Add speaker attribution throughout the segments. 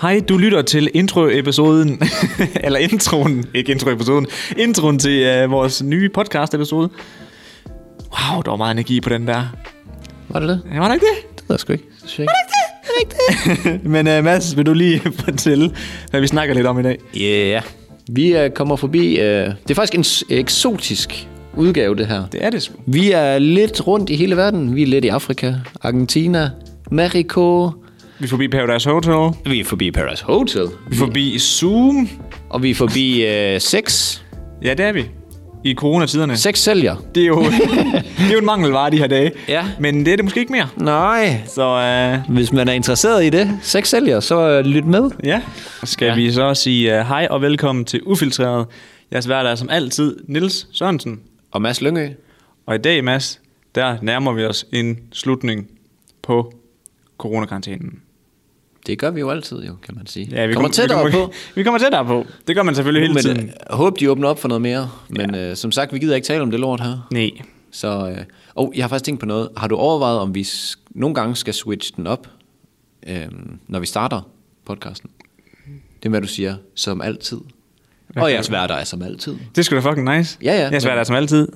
Speaker 1: Hej, du lytter til intro-episoden, eller introen, ikke intro-episoden, introen til uh, vores nye podcast-episode. Wow, der var meget energi på den der.
Speaker 2: Var det det?
Speaker 1: Ja, Var det ikke det?
Speaker 2: Det ved jeg sgu ikke. Det synes jeg ikke.
Speaker 1: Men uh, Mads, vil du lige fortælle, hvad vi snakker lidt om i dag?
Speaker 2: Ja, yeah. vi øh, kommer forbi... Øh, det er faktisk en s- eksotisk udgave, det her.
Speaker 1: Det er det sgu.
Speaker 2: Vi er lidt rundt i hele verden. Vi er lidt i Afrika, Argentina, Mexico.
Speaker 1: Vi er forbi Paradise Hotel,
Speaker 2: Vi er forbi Paradise Hotel.
Speaker 1: vi er forbi Zoom.
Speaker 2: Og vi er forbi øh, sex.
Speaker 1: Ja, det er vi. I coronatiderne.
Speaker 2: Sex sælger.
Speaker 1: Det er jo, det er jo en mangelvare de her dage.
Speaker 2: Ja.
Speaker 1: Men det er det måske ikke mere.
Speaker 2: Nej.
Speaker 1: Så uh,
Speaker 2: Hvis man er interesseret i det, sex sælger, så øh, lyt med.
Speaker 1: ja, skal ja.
Speaker 2: Ja.
Speaker 1: vi så sige uh, hej og velkommen til Ufiltreret. Jeres vært er som altid Nils Sørensen.
Speaker 2: Og Mads Lyngø.
Speaker 1: Og i dag, Mads, der nærmer vi os en slutning på coronakarantænen.
Speaker 2: Det gør vi jo altid, jo, kan man sige.
Speaker 1: Ja,
Speaker 2: kommer
Speaker 1: kom-
Speaker 2: tættere
Speaker 1: vi
Speaker 2: på.
Speaker 1: kommer, Vi kommer tættere på. Det gør man selvfølgelig hele
Speaker 2: Men
Speaker 1: tiden.
Speaker 2: øh, håb, de åbner op for noget mere. Men øh, som sagt, vi gider ikke tale om det lort her.
Speaker 1: Nej.
Speaker 2: Så, øh, og jeg har faktisk tænkt på noget. Har du overvejet, om vi s- nogle gange skal switche den op, øh, når vi starter podcasten? Det er, hvad du siger, som altid. Og jeres hverdag er som altid.
Speaker 1: Det skulle sgu da fucking nice.
Speaker 2: Ja, ja.
Speaker 1: Jeg svært der som altid.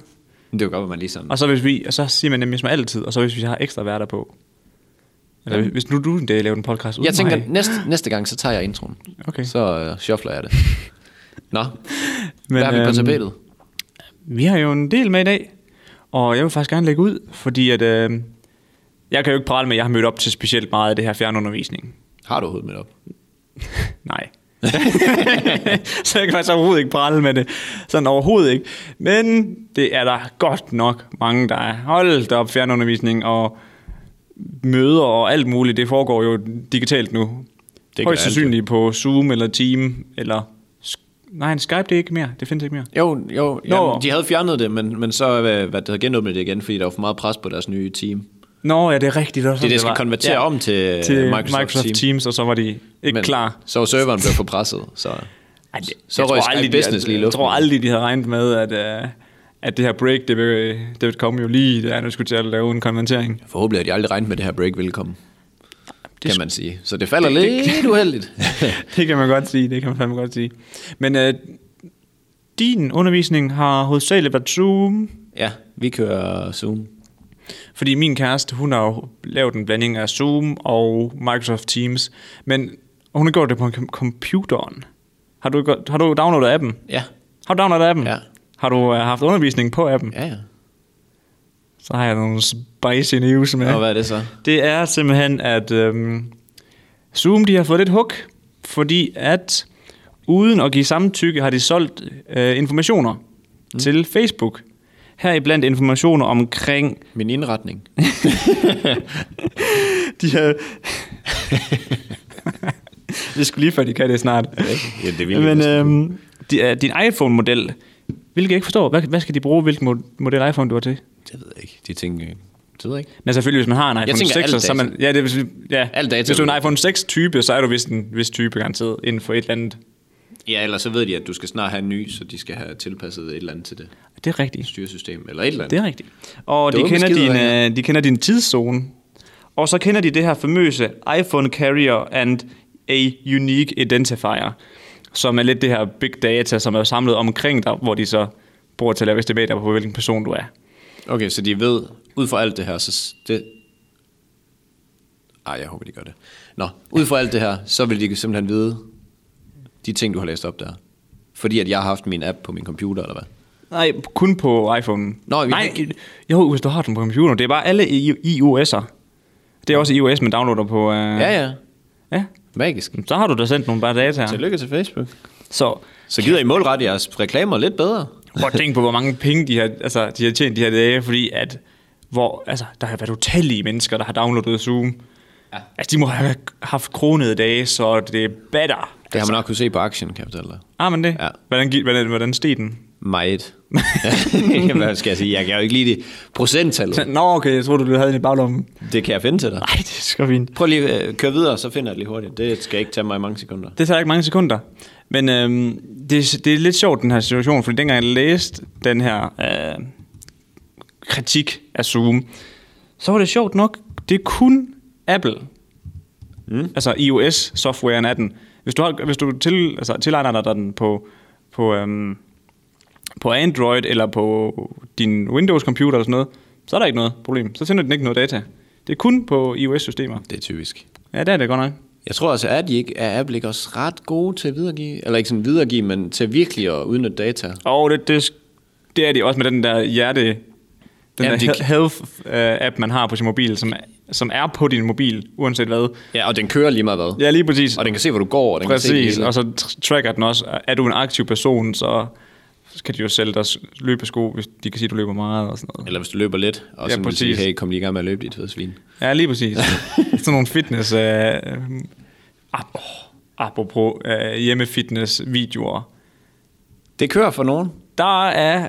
Speaker 2: Men det er jo godt, at man ligesom...
Speaker 1: Og så, hvis vi, og så siger man nemlig som altid, og så hvis vi har ekstra værter på. Eller hvis- hvis nu du en dag laver en podcast uden
Speaker 2: Jeg tænker,
Speaker 1: mig.
Speaker 2: næste, næste gang, så tager jeg introen.
Speaker 1: Okay.
Speaker 2: Så øh, shuffler jeg det. Nå, Men,
Speaker 1: Men,
Speaker 2: hvad har vi på
Speaker 1: øhm,
Speaker 2: tapetet?
Speaker 1: Vi har jo en del med i dag, og jeg vil faktisk gerne lægge ud, fordi at, øh, jeg kan jo ikke prale med, at jeg har mødt op til specielt meget af det her fjernundervisning.
Speaker 2: Har du hovedet med op?
Speaker 1: Nej. så jeg kan faktisk overhovedet ikke prale med det. Sådan overhovedet ikke. Men det er der godt nok mange, der er. Hold da op, fjernundervisning og møder og alt muligt. Det foregår jo digitalt nu. Det
Speaker 2: kan
Speaker 1: Højst
Speaker 2: alt, jo.
Speaker 1: sandsynligt på Zoom eller Team eller... Sk- Nej, en Skype det er ikke mere. Det findes ikke mere.
Speaker 2: Jo, jo
Speaker 1: Nå.
Speaker 2: jamen, de havde fjernet det, men, men så øh, hvad, hvad, det havde genåbnet det igen, fordi der var for meget pres på deres nye team.
Speaker 1: Nå, ja, det er rigtigt. Det, var
Speaker 2: Det er
Speaker 1: sådan,
Speaker 2: det, skal
Speaker 1: var.
Speaker 2: konvertere
Speaker 1: Ja.
Speaker 2: om
Speaker 1: til
Speaker 2: til, til Microsoft,
Speaker 1: Øh, Microsoft Teams.
Speaker 2: Teams.
Speaker 1: Teams, og så var de ikke men, klar.
Speaker 2: Så var serveren blev for presset, så...
Speaker 1: Ej, det,
Speaker 2: så røg Skype Business lige
Speaker 1: jeg,
Speaker 2: i
Speaker 1: jeg
Speaker 2: luften.
Speaker 1: tror aldrig, de havde regnet med, at, uh, at det her break, det ville, det ville komme jo lige, da nu skulle til at lave en konvertering.
Speaker 2: Forhåbentlig har de aldrig regnet med, at det her break ville komme, det kan man sige. Så det falder
Speaker 1: det-
Speaker 2: det,
Speaker 1: det-
Speaker 2: lidt det, uheldigt.
Speaker 1: det kan man godt sige, det kan man fandme godt sige. Men uh, din undervisning har hovedsageligt været Zoom,
Speaker 2: ja, vi kører Zoom.
Speaker 1: fordi min kæreste, hun har jo lavet en blanding af Zoom og Microsoft Teams, men hun har gjort det på en com- computeren. Har du, godt- har du downloadet appen?
Speaker 2: Ja,
Speaker 1: Har du downloadet appen?
Speaker 2: Ja.
Speaker 1: Har du uh, haft undervisning på appen?
Speaker 2: ja, ja.
Speaker 1: Så har jeg nogle spicy news med.
Speaker 2: Og hvad er det så?
Speaker 1: Det er simpelthen, at øhm, Zoom de har fået lidt hug, fordi at uden at give samtykke har de solgt øh, informationer mm. til Facebook. Heriblandt informationer omkring
Speaker 2: Min indretning.
Speaker 1: de her... det skulle lige før, de kan det snart.
Speaker 2: Ja, det er vildt.
Speaker 1: Men øhm, de, øh, din iPhone-model, hvilket jeg ikke forstår. Hvad, hvad skal de bruge, hvilken mo- model iPhone du har til?
Speaker 2: Det ved jeg ikke. De tænker... Det ved jeg ikke.
Speaker 1: Men selvfølgelig, hvis man har en iPhone
Speaker 2: tænker
Speaker 1: 6,
Speaker 2: alt
Speaker 1: så er man... Ja, det, er, hvis, vi- ja.
Speaker 2: Alt data.
Speaker 1: hvis du er en iPhone 6-type, så er du vist en vis type garanteret inden for et eller andet.
Speaker 2: Ja, eller så ved de, at du skal snart have en ny, så de skal have tilpasset et eller andet til det
Speaker 1: Det er rigtigt.
Speaker 2: styresystem, eller et eller andet.
Speaker 1: Det er rigtigt. Og de
Speaker 2: Dumme
Speaker 1: kender,
Speaker 2: skider,
Speaker 1: din, øh, de kender din tidszone. Og så kender de det her famøse iPhone Carrier and a Unique Identifier, som er lidt det her big data, som er samlet omkring dig, hvor de så bruger til at lave estimater på, hvilken person du er.
Speaker 2: Okay, så de ved, ud fra alt det her, så s- det... Ej, jeg håber, de gør det. Nå, ud fra alt det her, så vil de simpelthen vide de ting, du har læst op der. Fordi at jeg har haft min app på min computer, eller hvad?
Speaker 1: Nej, kun på iPhone.
Speaker 2: Nå, vi-
Speaker 1: Nej, jo, hvis du har den på computeren. Det er bare alle i- iOS'er. Det er også iOS, man downloader på... Øh...
Speaker 2: Ja, ja.
Speaker 1: ja.
Speaker 2: Magisk.
Speaker 1: Så har du da sendt nogle bare data. her.
Speaker 2: Tillykke til Facebook.
Speaker 1: Så
Speaker 2: Så gider I målrette jeres reklamer lidt bedre?
Speaker 1: prøv at tænke på, hvor mange penge de har, altså, de har tjent de her dage, fordi at, hvor, altså, der har været utallige mennesker, der har downloadet Zoom. Ja. Altså, de må have haft kronede dage, så det batter. Altså,
Speaker 2: Det har man nok kunne se på aktienkapital der.
Speaker 1: Har man det?
Speaker 2: Ja.
Speaker 1: Hvordan, gik- hvordan, hvordan steg den?
Speaker 2: Meget. hvad skal jeg sige? Jeg kan jo ikke lide det. Procenttallet,
Speaker 1: Nå, okay, jeg troede, du havde den i baglommen.
Speaker 2: det kan jeg finde til dig.
Speaker 1: Nej, det er sgu fint.
Speaker 2: Prøv lige at køre videre, så finder jeg det lige hurtigt. Det skal ikke tage mig mange sekunder.
Speaker 1: Det tager ikke mange sekunder. Men øhm, det, det er lidt sjovt, den her situation, fordi dengang jeg læste den her øh, kritik af Zoom, så var det sjovt nok, det er kun Apple, Mm. Altså iOS-softwaren af den. Hvis du, har, hvis du til, altså, tilegner dig den på, på, øhm, på Android eller på din Windows-computer eller sådan noget, så er der ikke noget problem. Så sender den ikke noget data. Det er kun på iOS-systemer.
Speaker 2: Det er typisk.
Speaker 1: Ja, det er det godt nok.
Speaker 2: Jeg tror altså, at, de ikke, at Apple ikke også ret gode til at videregive, eller ikke sådan videregive, men til virkelig at udnytte data.
Speaker 1: Og det, det, det er de også med den der hjerte... Den
Speaker 2: Ja,
Speaker 1: ja, der
Speaker 2: de
Speaker 1: he-
Speaker 2: kan-
Speaker 1: health-app, man har på sin mobil, som, som er på din mobil, uanset hvad.
Speaker 2: Ja, og den kører lige meget hvad.
Speaker 1: Ja, lige præcis.
Speaker 2: Og den kan se, hvor du går, og den kan se det
Speaker 1: Præcis,
Speaker 2: hele.
Speaker 1: og så tr- tracker den også. Er du en aktiv person, så kan de jo sælge dig s- løbesko, hvis de kan sige, at du løber meget og sådan noget.
Speaker 2: Eller hvis du løber lidt, og
Speaker 1: Ja,
Speaker 2: ja, sådan vil sige,
Speaker 1: præcis.
Speaker 2: hey, kom lige i gang med at løbe dit fede svin.
Speaker 1: Ja, lige præcis. sådan nogle fitness... Øh, øh, ap- åh, apropos øh, hjemmefitness-videoer.
Speaker 2: Det kører for nogen.
Speaker 1: Der er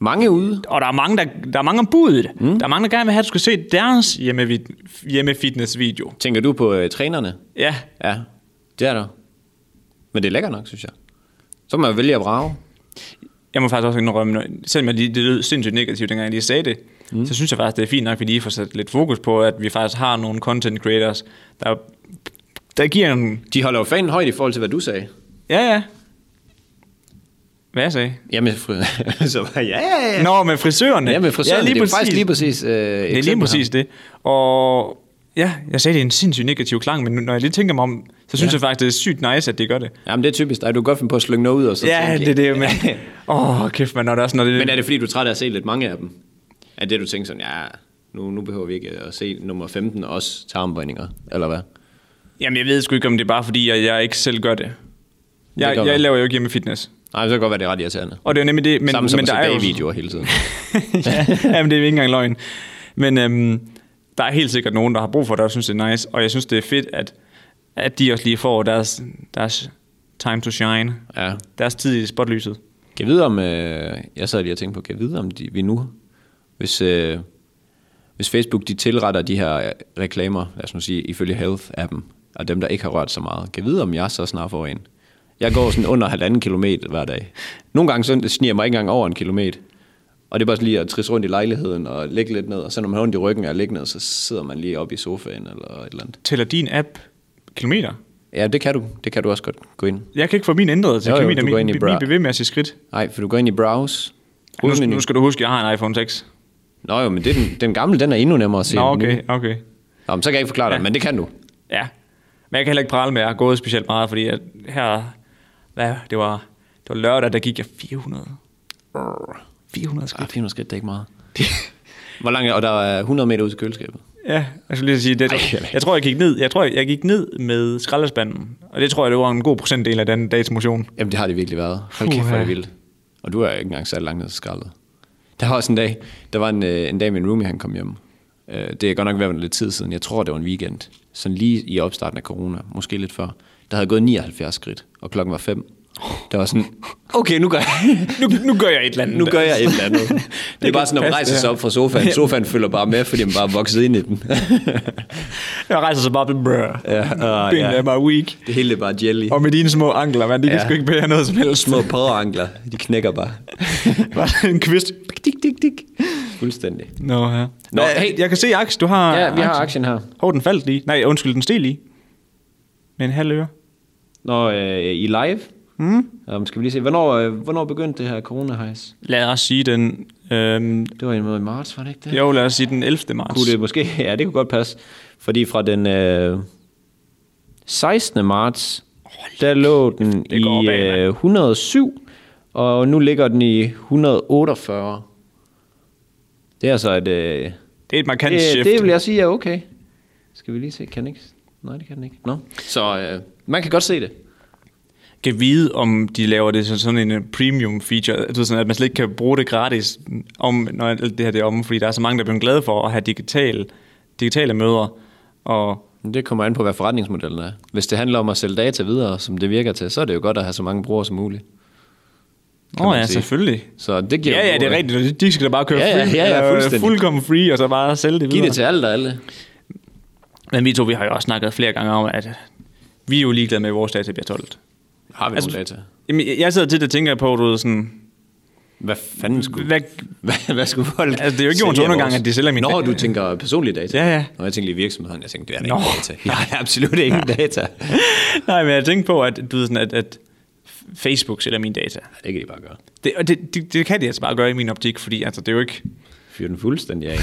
Speaker 2: Mange ude.
Speaker 1: Og der er mange, der, der er mange om budet. Mm. Der er mange, der gerne vil have, at du skal se deres hjemmevid- hjemmefitness-video.
Speaker 2: Tænker du på øh, trænerne?
Speaker 1: Ja,
Speaker 2: Ja, det er der. Men det er lækker nok, synes jeg. Så må man vælge at brage.
Speaker 1: jeg må faktisk også indrømme, når- selvom jeg lige, det lød sindssygt negativt, dengang jeg lige sagde det, mm. så synes jeg faktisk, det er fint nok, at vi lige får sat lidt fokus på, at vi faktisk har nogle content creators, der, der giver en...
Speaker 2: De holder jo fanen højt i forhold til, hvad du sagde.
Speaker 1: Ja, ja. Hvad jeg sagde?
Speaker 2: Jamen, fri... så bare, ja, ja, ja.
Speaker 1: Nå, med frisørerne.
Speaker 2: Ja, med frisøren,
Speaker 1: ja,
Speaker 2: det er jo faktisk lige præcis øh,
Speaker 1: Det er lige præcis det. Og ja, jeg sagde, det er en sindssygt negativ klang, men nu- når jeg lige tænker mig om, så synes ja. jeg faktisk, det er sygt nice, at de gør det.
Speaker 2: Jamen, det er typisk dig. Du kan godt finde på at slynge noget ud. Og så
Speaker 1: Ja,
Speaker 2: tænke,
Speaker 1: det er det, men... Åh, oh, kæft, man, når det er sådan noget...
Speaker 2: Men er det, fordi du er træt af at se lidt mange af dem? Er det, du tænker sådan, ja, nu, nu behøver vi ikke at se nummer 15 og også tage armbøjninger, eller hvad?
Speaker 1: Jamen, jeg ved sgu ikke, om det er bare fordi, jeg, jeg ikke selv gør det. Jeg,
Speaker 2: godt
Speaker 1: det jeg
Speaker 2: være.
Speaker 1: laver jo ikke hjemme fitness.
Speaker 2: Nej, så kan det godt være, det er ret irriterende.
Speaker 1: Og det er jo nemlig det, men,
Speaker 2: Men, Samme som
Speaker 1: men
Speaker 2: men at
Speaker 1: der
Speaker 2: se
Speaker 1: er jo...
Speaker 2: bagvideoer hele tiden.
Speaker 1: ja, jamen, det er jo ikke engang løgn. Men øhm, der er helt sikkert nogen, der har brug for det, og synes, det er nice. Og jeg synes, det er fedt, at, at de også lige får deres, deres time to shine.
Speaker 2: Ja.
Speaker 1: Deres tid i spotlyset.
Speaker 2: Kan jeg vide om, øh, jeg sad lige og tænkte på, kan jeg vide om de, vi nu, hvis, øh, hvis Facebook de tilretter de her øh, reklamer, lad os nu sige, ifølge Health-appen, og dem, der ikke har rørt så meget, kan jeg vide om jeg så snart får en? Jeg går sådan under halvanden kilometer hver dag. Nogle gange så sniger jeg mig ikke engang over en kilometer. Og det er bare sådan lige at trisse rundt i lejligheden og ligge lidt ned, og så når man har ondt i ryggen og ligger ned, så sidder man lige op i sofaen eller et eller andet.
Speaker 1: Tæller din app kilometer?
Speaker 2: Ja, det kan du. Det kan du også godt gå ind.
Speaker 1: Jeg kan ikke få min ændret til
Speaker 2: Jo, jo,
Speaker 1: kilometer.
Speaker 2: du går
Speaker 1: Min,
Speaker 2: ind i
Speaker 1: min
Speaker 2: bra-
Speaker 1: bevægmæssige skridt.
Speaker 2: Nej, for du går ind i browse.
Speaker 1: Nu,
Speaker 2: hovedmenu.
Speaker 1: nu skal du huske, at jeg har en iPhone 6.
Speaker 2: Nå jo, men det er den, den gamle, den er endnu nemmere at se.
Speaker 1: Nå,
Speaker 2: end den nye.
Speaker 1: okay, okay.
Speaker 2: Nå, men så kan jeg ikke forklare dig,
Speaker 1: Ja.
Speaker 2: men det kan du.
Speaker 1: Ja. Men jeg kan heller ikke prale med, at jeg har gået specielt meget, fordi at her, hvad, det var, det var lørdag, der gik jeg 400. 400 skridt.
Speaker 2: Ah, 400 skridt, det er ikke meget. Hvor langt er, og der er 100 meter ud til køleskabet.
Speaker 1: Ja, jeg skulle lige til at sige, det,
Speaker 2: Ej,
Speaker 1: jeg tror, jeg gik ned, jeg tror, jeg gik ned med skraldespanden, og det tror jeg, det var en god procentdel af den dags motion.
Speaker 2: Jamen, det har det virkelig været. Hold kæft, hvor er det vildt. Og du er ikke engang særlig langt ned til skraldet. Der var også en dag, der var en, øh, en dag min roomie, han kom hjem. Øh, Det er godt nok været lidt tid siden. Jeg tror, det var en weekend. Sådan lige i opstarten af corona, måske lidt før. Der havde jeg gået 79 skridt, og klokken var 5. Der var sådan, okay, nu gør jeg,
Speaker 1: Nu, nu gør jeg et eller andet.
Speaker 2: nu gør jeg et eller andet. Det, det
Speaker 1: kan
Speaker 2: er bare sådan, når man
Speaker 1: passe,
Speaker 2: rejser
Speaker 1: det
Speaker 2: sig
Speaker 1: her.
Speaker 2: op fra sofaen. Sofaen følger bare med, fordi man bare er vokset ind i den.
Speaker 1: Jeg rejser så bare op, brr.
Speaker 2: Ja, og
Speaker 1: Benene
Speaker 2: ja.
Speaker 1: er bare weak.
Speaker 2: Det hele er bare jelly.
Speaker 1: Og med dine små ankler, man, de ja. kan
Speaker 2: Ja.
Speaker 1: sgu ikke bære noget som helst.
Speaker 2: Små paddeankler, de knækker bare.
Speaker 1: Bare en kvist.
Speaker 2: Dik, dik, dik. Fuldstændig.
Speaker 1: Nå, ja.
Speaker 2: Nå,
Speaker 1: Nå,
Speaker 2: hey.
Speaker 1: hey. Jeg kan se, Aks, du har
Speaker 2: Ja, vi har aktien her.
Speaker 1: Hov, den faldt lige. Nej, undskyld, den steg lige. Med en halv øre.
Speaker 2: Nå, øh, I er live.
Speaker 1: Mm.
Speaker 2: Um, skal vi lige se, hvornår, øh, hvornår begyndte det her coronahejs?
Speaker 1: Lad os sige den... Øhm,
Speaker 2: Det var i måde i marts, var det ikke det?
Speaker 1: jo, lad os sige den 11. marts.
Speaker 2: Kunne det måske? Ja, det kunne godt passe. Fordi fra den øh, 16. marts, der lå den
Speaker 1: det går
Speaker 2: i
Speaker 1: opad, mand.
Speaker 2: øh, 107, og nu ligger den i 148. Det er altså et... Øh,
Speaker 1: Det er et markant det,
Speaker 2: det,
Speaker 1: shift.
Speaker 2: det vil jeg sige er okay. Skal vi lige se, kan den ikke? Nej, det kan den ikke. Nå. Så øh, man kan godt se det.
Speaker 1: Kan vide, om de laver det som sådan en øh, premium feature, du ved, sådan, at man slet ikke kan bruge det gratis, om, når alt det her det er om, fordi der er så mange, der bliver glade for at have digitale, digitale møder. Og
Speaker 2: Men Det kommer an på, hvad forretningsmodellen er. Hvis det handler om at sælge data videre, som det virker til, så er det jo godt at have så mange brugere som muligt.
Speaker 1: Åh oh,
Speaker 2: man
Speaker 1: ja,
Speaker 2: sige.
Speaker 1: selvfølgelig.
Speaker 2: Så det giver
Speaker 1: Ja,
Speaker 2: jo
Speaker 1: ja, det
Speaker 2: god-
Speaker 1: er rigtigt. De skal da bare køre
Speaker 2: Ja, ja,
Speaker 1: free,
Speaker 2: ja, ja,
Speaker 1: øh,
Speaker 2: fuldstændig.
Speaker 1: fuldkommen free, og så bare sælge det
Speaker 2: Giv
Speaker 1: videre.
Speaker 2: det til alle og alle.
Speaker 1: Men vi to, vi har jo også snakket flere gange om, at vi er jo ligeglade med, at vores data bliver toldt.
Speaker 2: Har vi
Speaker 1: Altså,
Speaker 2: nogle data?
Speaker 1: Jamen, jeg- jeg sidder tit og tænker på, du ved, sådan,
Speaker 2: Hvad fanden skulle...
Speaker 1: Hvad,
Speaker 2: Hvad, hvad skulle folk
Speaker 1: Altså, det er jo ikke jordens
Speaker 2: sælge af
Speaker 1: undergang,
Speaker 2: vores-
Speaker 1: at de sælger mine
Speaker 2: Nå,
Speaker 1: data.
Speaker 2: du tænker personlige data.
Speaker 1: Ja, ja.
Speaker 2: Når jeg tænker lige virksomheden, jeg tænker, det er da
Speaker 1: Nå,
Speaker 2: ikke data. Jeg har absolut ingen data. Ja,
Speaker 1: nej, men jeg tænkte på, at, du ved sådan, at, at Facebook sælger mine data.
Speaker 2: det kan de bare gøre.
Speaker 1: Det, og det, det, det, kan de altså bare gøre i min optik, fordi altså, det er jo ikke...
Speaker 2: Fyr den fuldstændig af.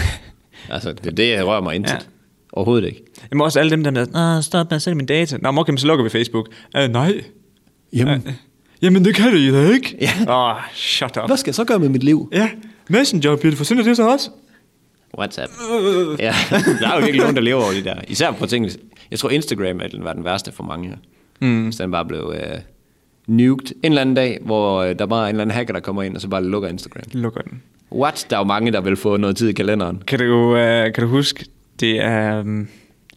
Speaker 2: altså, det er det, jeg rører mig intet.
Speaker 1: Ja.
Speaker 2: Ja. Overhovedet ikke.
Speaker 1: Jamen også alle dem der med, Nå, stop med at sælge mine data. Nå, men okay, men så lukker vi Facebook. Øh, nej.
Speaker 2: Jamen,
Speaker 1: Øh, Jamen, det kan det da ikke.
Speaker 2: Ja.
Speaker 1: Åh, oh, shut up.
Speaker 2: skal jeg så gøre med mit liv?
Speaker 1: Ja, Messenger bliver det forsinket det så også.
Speaker 2: WhatsApp. ja, der er jo virkelig nogen, der lever over det der. Især på ting. Jeg tror, Instagram er den, var den værste for mange her. Mm. Så den bare blev øh, nuked en eller anden dag, hvor øh, der bare er en eller anden hacker, der kommer ind, og så bare lukker Instagram.
Speaker 1: Lukker den.
Speaker 2: What? Der er jo mange, der vil få noget tid i kalenderen.
Speaker 1: Kan du, øh, kan du huske, det er, øhm, jeg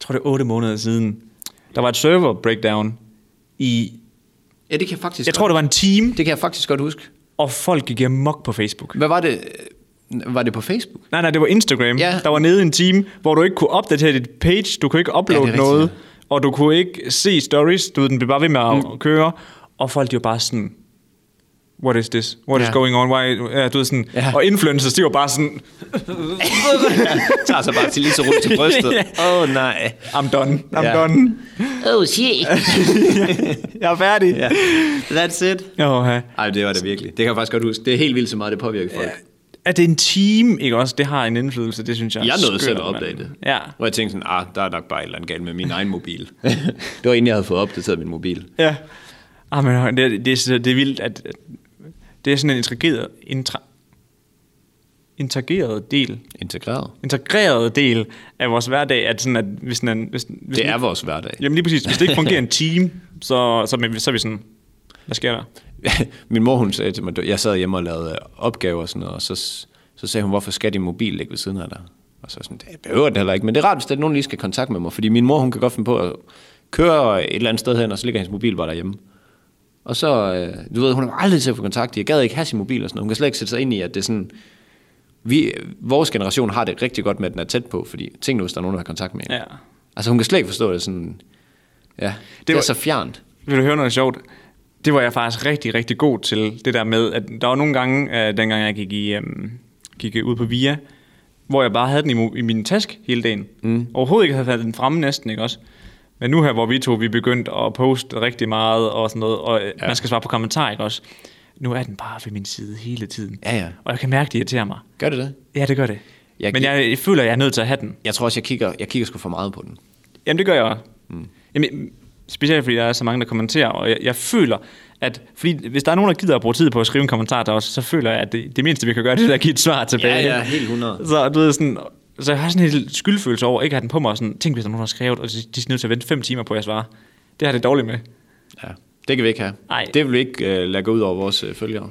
Speaker 1: tror det er 8 måneder siden, der var et server breakdown i,
Speaker 2: Ja, det kan jeg faktisk
Speaker 1: jeg tror det var en time,
Speaker 2: det kan jeg faktisk godt huske.
Speaker 1: og folk gik amok på Facebook.
Speaker 2: Hvad var det? Øh, Var det på Facebook?
Speaker 1: Nej, nej, det var Instagram.
Speaker 2: Ja.
Speaker 1: Der var nede i en time, hvor du ikke kunne opdatere dit page, du kunne ikke uploade
Speaker 2: rigtigt,
Speaker 1: noget,
Speaker 2: ja.
Speaker 1: og du kunne ikke se stories, du ved, den blev bare ved med at mm. køre, og folk de var bare sådan, what is this? What ja.
Speaker 2: Ja.
Speaker 1: is going on? Why? Ja, du ved, sådan, ja.
Speaker 2: Ja.
Speaker 1: Og influencers, de var bare sådan,
Speaker 2: Tager sig bare til lige så rundt til brystet. Åh oh, nej.
Speaker 1: I'm done, I'm ja.
Speaker 2: Ja.
Speaker 1: done,
Speaker 3: Oh shit.
Speaker 1: jeg er færdig.
Speaker 2: Ja.
Speaker 1: Ja.
Speaker 2: That's it.
Speaker 1: Oh,
Speaker 2: Ej, det var det virkelig. Det kan jeg faktisk godt huske. Det er helt vildt så meget, det påvirker folk.
Speaker 1: Er det en time, ikke også? Det har en indflydelse, det synes jeg er
Speaker 2: Jeg nåede selv
Speaker 1: skørt,
Speaker 2: at
Speaker 1: mand.
Speaker 2: opdage det.
Speaker 1: Ja.
Speaker 2: Hvor jeg tænkte sådan, ah, der er nok bare et eller andet galt med min egen mobil. det var egentlig, jeg havde fået opdateret min mobil.
Speaker 1: Ja. Ah, men det, det, er, så- det er vildt, at at det er sådan en integreret, intra, integreret del,
Speaker 2: Integreret.
Speaker 1: integreret del af vores hverdag, at sådan, at hvis, den, hvis, hvis
Speaker 2: Det er vores hverdag.
Speaker 1: Jamen lige præcis, hvis det ikke fungerer en time, så, så, men- så er vi sådan, hvad sker der?
Speaker 2: min mor, hun sagde til mig, jeg sad hjemme og lavede øh, opgaver og sådan noget, og så, så sagde hun, hvorfor skal din mobil ligge ved siden af dig? Og så var jeg sådan, det behøver den heller ikke, men det er rart, hvis der er nogen, der lige skal i kontakt med mig, fordi min mor, hun kan godt finde på at køre et eller andet sted hen, og så ligger hendes mobil bare derhjemme. Og så, øh, du ved, hun har aldrig til at få kontakt, jeg gad ikke have sin mobil og sådan noget, hun kan slet ikke sætte sig ind i, at det er sådan, vi, vores generation har det rigtig godt med, at den er tæt på, fordi tænk nu, hvis der er nogen, der har kontakt med hende.
Speaker 1: Ja.
Speaker 2: Altså, hun kan slet ikke forstå det sådan, ja, det, det
Speaker 1: var-
Speaker 2: er så fjernt.
Speaker 1: Vil du høre noget sjovt? Det var jeg faktisk rigtig, rigtig god til, det der med, at der var nogle gange, øh, dengang jeg gik, i, øh, gik ud på VIA, hvor jeg bare havde den i, mo- i min task hele dagen. Mm. Overhovedet ikke havde den fremme næsten, ikke også? Men nu her, hvor vi to, vi er begyndt at poste rigtig meget og sådan noget, og ja. man skal svare på kommentarer, ikke også? Nu er den bare ved min side hele tiden.
Speaker 2: Ja, ja.
Speaker 1: Og jeg kan mærke, det irriterer mig.
Speaker 2: Gør det det?
Speaker 1: Ja, det gør det. Jeg
Speaker 2: Jeg
Speaker 1: Men
Speaker 2: gi-
Speaker 1: jeg, jeg føler, jeg er nødt til at have den.
Speaker 2: Jeg tror også, jeg kigger, jeg kigger sgu for meget på den.
Speaker 1: Jamen, det gør jeg også. Mm. Jamen, specielt fordi der er så mange, der kommenterer, og jeg, jeg føler, at fordi hvis der er nogen, der gider at bruge tid på at skrive en kommentar der også, så føler jeg, at det, det mindste, vi kan gøre, det er at give et svar tilbage.
Speaker 2: ja, helt 100.
Speaker 1: Så, du ved, sådan, så jeg har sådan en helt skyldfølelse over, ikke at have den på mig, og sådan, tænk, hvis der er nogen, der har skrevet, og de de er nødt til at vente fem timer på, at jeg svarer. Det har jeg det dårligt med.
Speaker 2: Ja, det kan vi ikke have.
Speaker 1: Ej.
Speaker 2: Det vil vi ikke uh, lade gå ud over vores uh, følgere.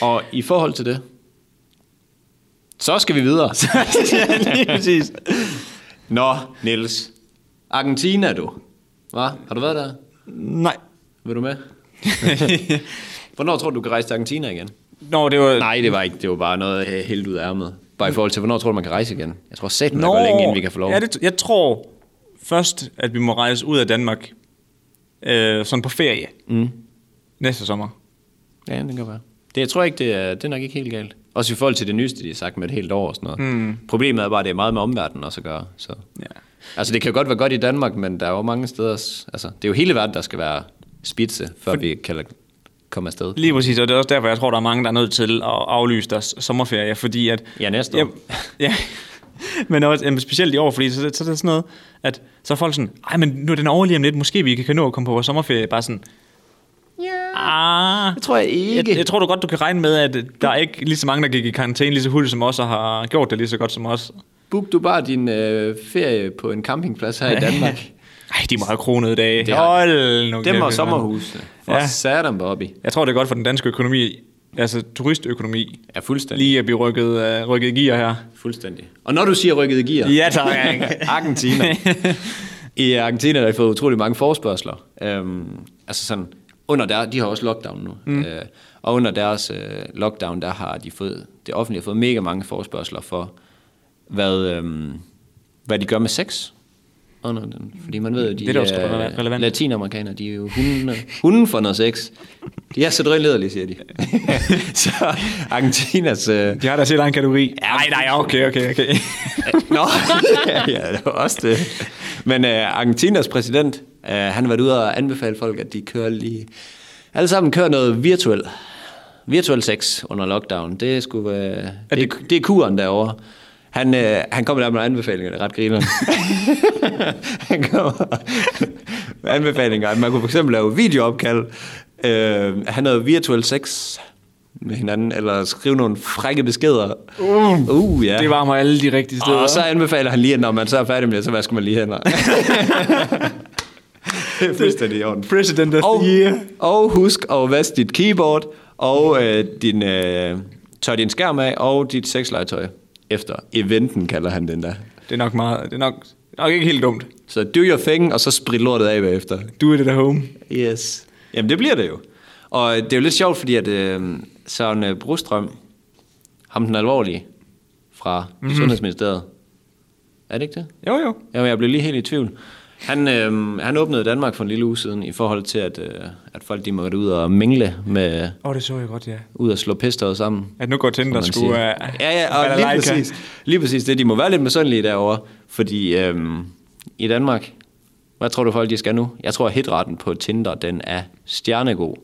Speaker 2: Og i forhold til det, så skal vi videre.
Speaker 1: ja, lige præcis.
Speaker 2: Nå, Niels. Argentina, du. Hva? Har du været der?
Speaker 1: Nej.
Speaker 2: Vil du med? hvornår tror du, du kan rejse til Argentina igen?
Speaker 1: Nå, det var...
Speaker 2: Nej, det var ikke. Det var bare noget uh, helt ud af ærmet. Bare i forhold til, hvornår tror du, man kan rejse igen? Jeg tror sæt, man går længe, inden vi kan få lov.
Speaker 1: Ja, det, jeg tror først, at vi må rejse ud af Danmark, øh, sådan på ferie, mm. næste sommer.
Speaker 2: Ja, det kan være. Det, jeg tror ikke, det er, det er nok ikke helt galt. Også i forhold til det nyeste, de har sagt med et helt år og sådan noget. Mm.
Speaker 1: Hmm.
Speaker 2: Problemet er bare, at det er meget med omverdenen også at gøre. Så.
Speaker 1: Ja.
Speaker 2: Altså, det kan godt være godt i Danmark, men der er jo mange steder... s- Altså, det er jo hele verden, der skal være spidse, før For... vi kan komme afsted.
Speaker 1: Lige præcis, og det er også derfor, jeg tror, der er mange, der er nødt til at aflyse deres sommerferie, fordi at...
Speaker 2: Ja, næste år.
Speaker 1: Ja, ja. men også, jamen, specielt i år, fordi så, så, er det sådan noget, at så er folk sådan, ej, men nu er den over lige om lidt, måske vi kan nå at komme på vores sommerferie, bare sådan, ah,
Speaker 2: Det tror jeg ikke.
Speaker 1: jeg, jeg tror du godt, du kan regne med, at der er ikke lige så mange, der gik i karantæne lige så hurtigt som os, og har gjort det lige så godt som os.
Speaker 2: Book du bare din øh, ferie på en campingplads her i Danmark.
Speaker 1: Ej, de må have kronede dage.
Speaker 2: Det har
Speaker 1: Hold nu
Speaker 2: Dem
Speaker 1: kæft,
Speaker 2: og
Speaker 1: mand.
Speaker 2: sommerhusene. For
Speaker 1: Ja.
Speaker 2: ja. satan, Bobby.
Speaker 1: Jeg tror, det er godt for den danske økonomi, altså turistøkonomi,
Speaker 2: Ja, fuldstændig.
Speaker 1: lige at blive rykket, uh, rykket i gear her.
Speaker 2: Fuldstændig. Og når du siger rykket i gear...
Speaker 1: Ja, tak.
Speaker 2: Argentina. I Argentina har de fået utrolig mange forspørgseler. Øhm, altså sådan, under der, de har også lockdown nu. Mm. Øh, og under deres øh, lockdown, der har de fået, det offentlige har fået mega mange forspørgseler for, hvad, øhm, hvad de gør med sex. og noget, andet. fordi man ved jo, de
Speaker 1: Det er da også rele- relevant.
Speaker 2: latinamerikanere, de er jo hunden, hunden for noget sex. De er så drønlederlige, siger de. så Argentinas... Øh,
Speaker 1: De har da set en kategori. Nej, nej, okay, okay, okay.
Speaker 2: Nå, ja, det var også det. Men øh, Argentinas præsident, øh, han har været ude og anbefale folk, at de kører lige... Alle sammen kører noget virtuel. Virtuel sex under lockdown. Det, skulle, øh, det, er, det, er kuren derovre. Han, øh, han kommer der med nogle anbefalinger, det er ret griner. han kommer med anbefalinger. Man kunne for eksempel lave videoopkald. Øh, han havde virtuel sex med hinanden, eller skrive nogle frække beskeder. Uh, uh ja.
Speaker 1: Det varmer alle de rigtige steder.
Speaker 2: Og så anbefaler han lige, at når man så er færdig med det, så vasker man lige hænder. det er fuldstændig i orden.
Speaker 1: President of
Speaker 2: Og,
Speaker 1: the year.
Speaker 2: og husk at vaske dit keyboard, og øh, din, øh, tør din skærm af, og dit sexlegetøj. Efter eventen, kalder han den der.
Speaker 1: Det er nok meget, det er nok, det er nok ikke helt dumt.
Speaker 2: Så do your thing, og så sprit lortet af bagefter.
Speaker 1: Do it at home.
Speaker 2: Yes. Jamen, det bliver det jo. Og det er jo lidt sjovt, fordi at øh, Søren øh, Brostrøm, ham den alvorlige fra mm-hmm. Sundhedsministeriet, er det ikke det?
Speaker 1: Jo, jo.
Speaker 2: Ja, men jeg blev lige helt i tvivl. Han, øh, han åbnede Danmark for en lille uge siden i forhold til, at, øh, at folk de måtte ud og mingle med,
Speaker 1: Åh, oh, det så jeg godt, ja.
Speaker 2: ud og slå pesteret sammen.
Speaker 1: At nu går Tinder
Speaker 2: man
Speaker 1: sgu... Uh,
Speaker 2: siger. ja, ja, og lige præcis, lige præcis det. De må være lidt misundelige derovre, fordi øhm, i Danmark, hvad tror du folk, de skal nu? Jeg tror, at hitretten på Tinder, den er stjernegod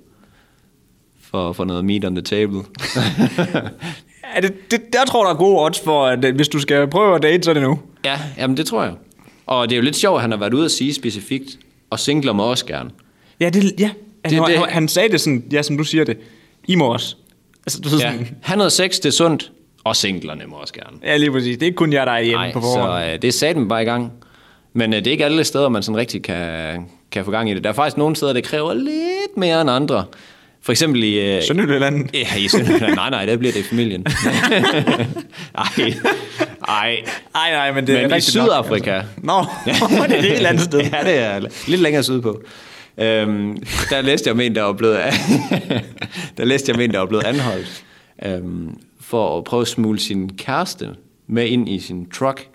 Speaker 2: for, for noget meat on the table.
Speaker 1: Ja, det, det, der tror der er gode odds for, at øh, hvis du skal prøve at date, så er det nu.
Speaker 2: ja, jamen det tror jeg. Og det er jo lidt sjovt, at han har været ude at sige specifikt, og singler må også gerne.
Speaker 1: Ja, det, ja. Han,
Speaker 2: Det-
Speaker 1: det,
Speaker 2: det-
Speaker 1: det. han sagde det sådan, ja, som du siger det. I må også. Altså, du ved ja.
Speaker 2: Ja.
Speaker 1: sådan...
Speaker 2: Han havde sex, det er sundt, og singlerne må også gerne.
Speaker 1: Ja, lige præcis. Det er ikke kun jer, der er hjemme
Speaker 2: Nej,
Speaker 1: på forhånd.
Speaker 2: så øh, det sagde dem bare i gang. Men øh, det er ikke alle steder, man sådan rigtig kan, kan få gang i det. Der er faktisk nogle steder, det kræver lidt mere end andre. For eksempel i... Øh,
Speaker 1: Sønderjylland.
Speaker 2: Ja, i Sønderjylland. Nej, nej, der bliver det i familien. Ej, ej.
Speaker 1: Nej, nej, men det er
Speaker 2: Men i
Speaker 1: rigtigt nok,
Speaker 2: Sydafrika.
Speaker 1: altså. Nå, det er et helt andet sted.
Speaker 2: ja, det er lidt længere sydpå. Øhm, der læste jeg om en, der var blevet, der læste jeg om en, der var blevet anholdt øhm, for at prøve at smule sin kæreste med ind i sin truck.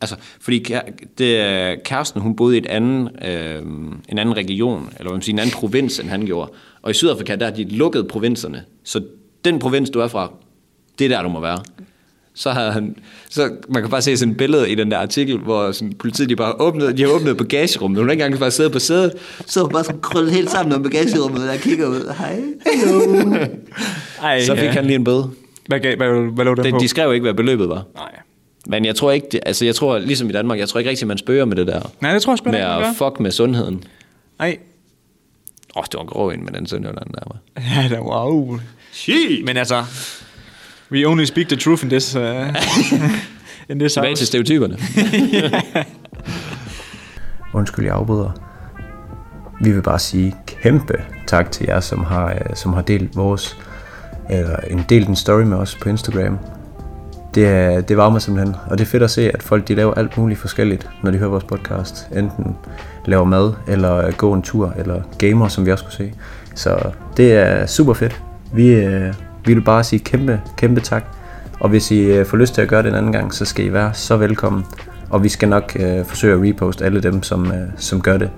Speaker 2: Altså, fordi kæ- det, er- kæresten, hun boede i et anden, øhm, en anden region, eller hvad man siger, en anden provins, end han gjorde. Og i Sydafrika, der har de lukket provinserne. Så den provins, du er fra, det er der, du må være. Så havde han, så man kan bare se sådan et billede i den der artikel, hvor sådan, politiet de bare åbnede, de har åbnet bagagerummet, hun har ikke engang bare siddet på sædet, så bare sådan krøllet helt sammen om bagagerummet, der kigger ud, hej,
Speaker 1: Ej,
Speaker 2: Så fik
Speaker 1: ja.
Speaker 2: ja. han lige en bøde.
Speaker 1: Hvad, gav, hvad, hvad lå der
Speaker 2: Den,
Speaker 1: på?
Speaker 2: de skrev ikke, hvad beløbet var.
Speaker 1: Nej.
Speaker 2: Men jeg tror ikke, det, altså jeg tror, ligesom i Danmark, jeg tror ikke rigtig, man spøger med det der.
Speaker 1: Nej, det tror jeg sgu
Speaker 2: Med
Speaker 1: ikke, man
Speaker 2: at fuck med sundheden.
Speaker 1: Nej.
Speaker 2: Åh, oh, det var en grov en med den Sønderjylland der var.
Speaker 1: Ja, det var wow.
Speaker 2: Shit!
Speaker 1: Men altså, we only speak the truth in this, uh, in this
Speaker 2: Tilbage
Speaker 1: house.
Speaker 2: til stereotyperne.
Speaker 3: Undskyld, jeg afbryder. Vi vil bare sige kæmpe tak til jer, som har, øh, som har delt vores, eller en delt en story med os på Instagram. Det, er- det varmer simpelthen, og det er fedt at se, at folk de laver alt muligt forskelligt, når de hører vores podcast. Enten laver mad, eller går en tur, eller gamer, som vi også kunne se. Så det er super fedt. Vi, øh, vi vil bare sige kæmpe, kæmpe tak. Og hvis I øh, får lyst til at gøre det en anden gang, så skal I være så velkommen. Og vi skal nok øh, forsøge at reposte alle dem, som, øh, som gør det.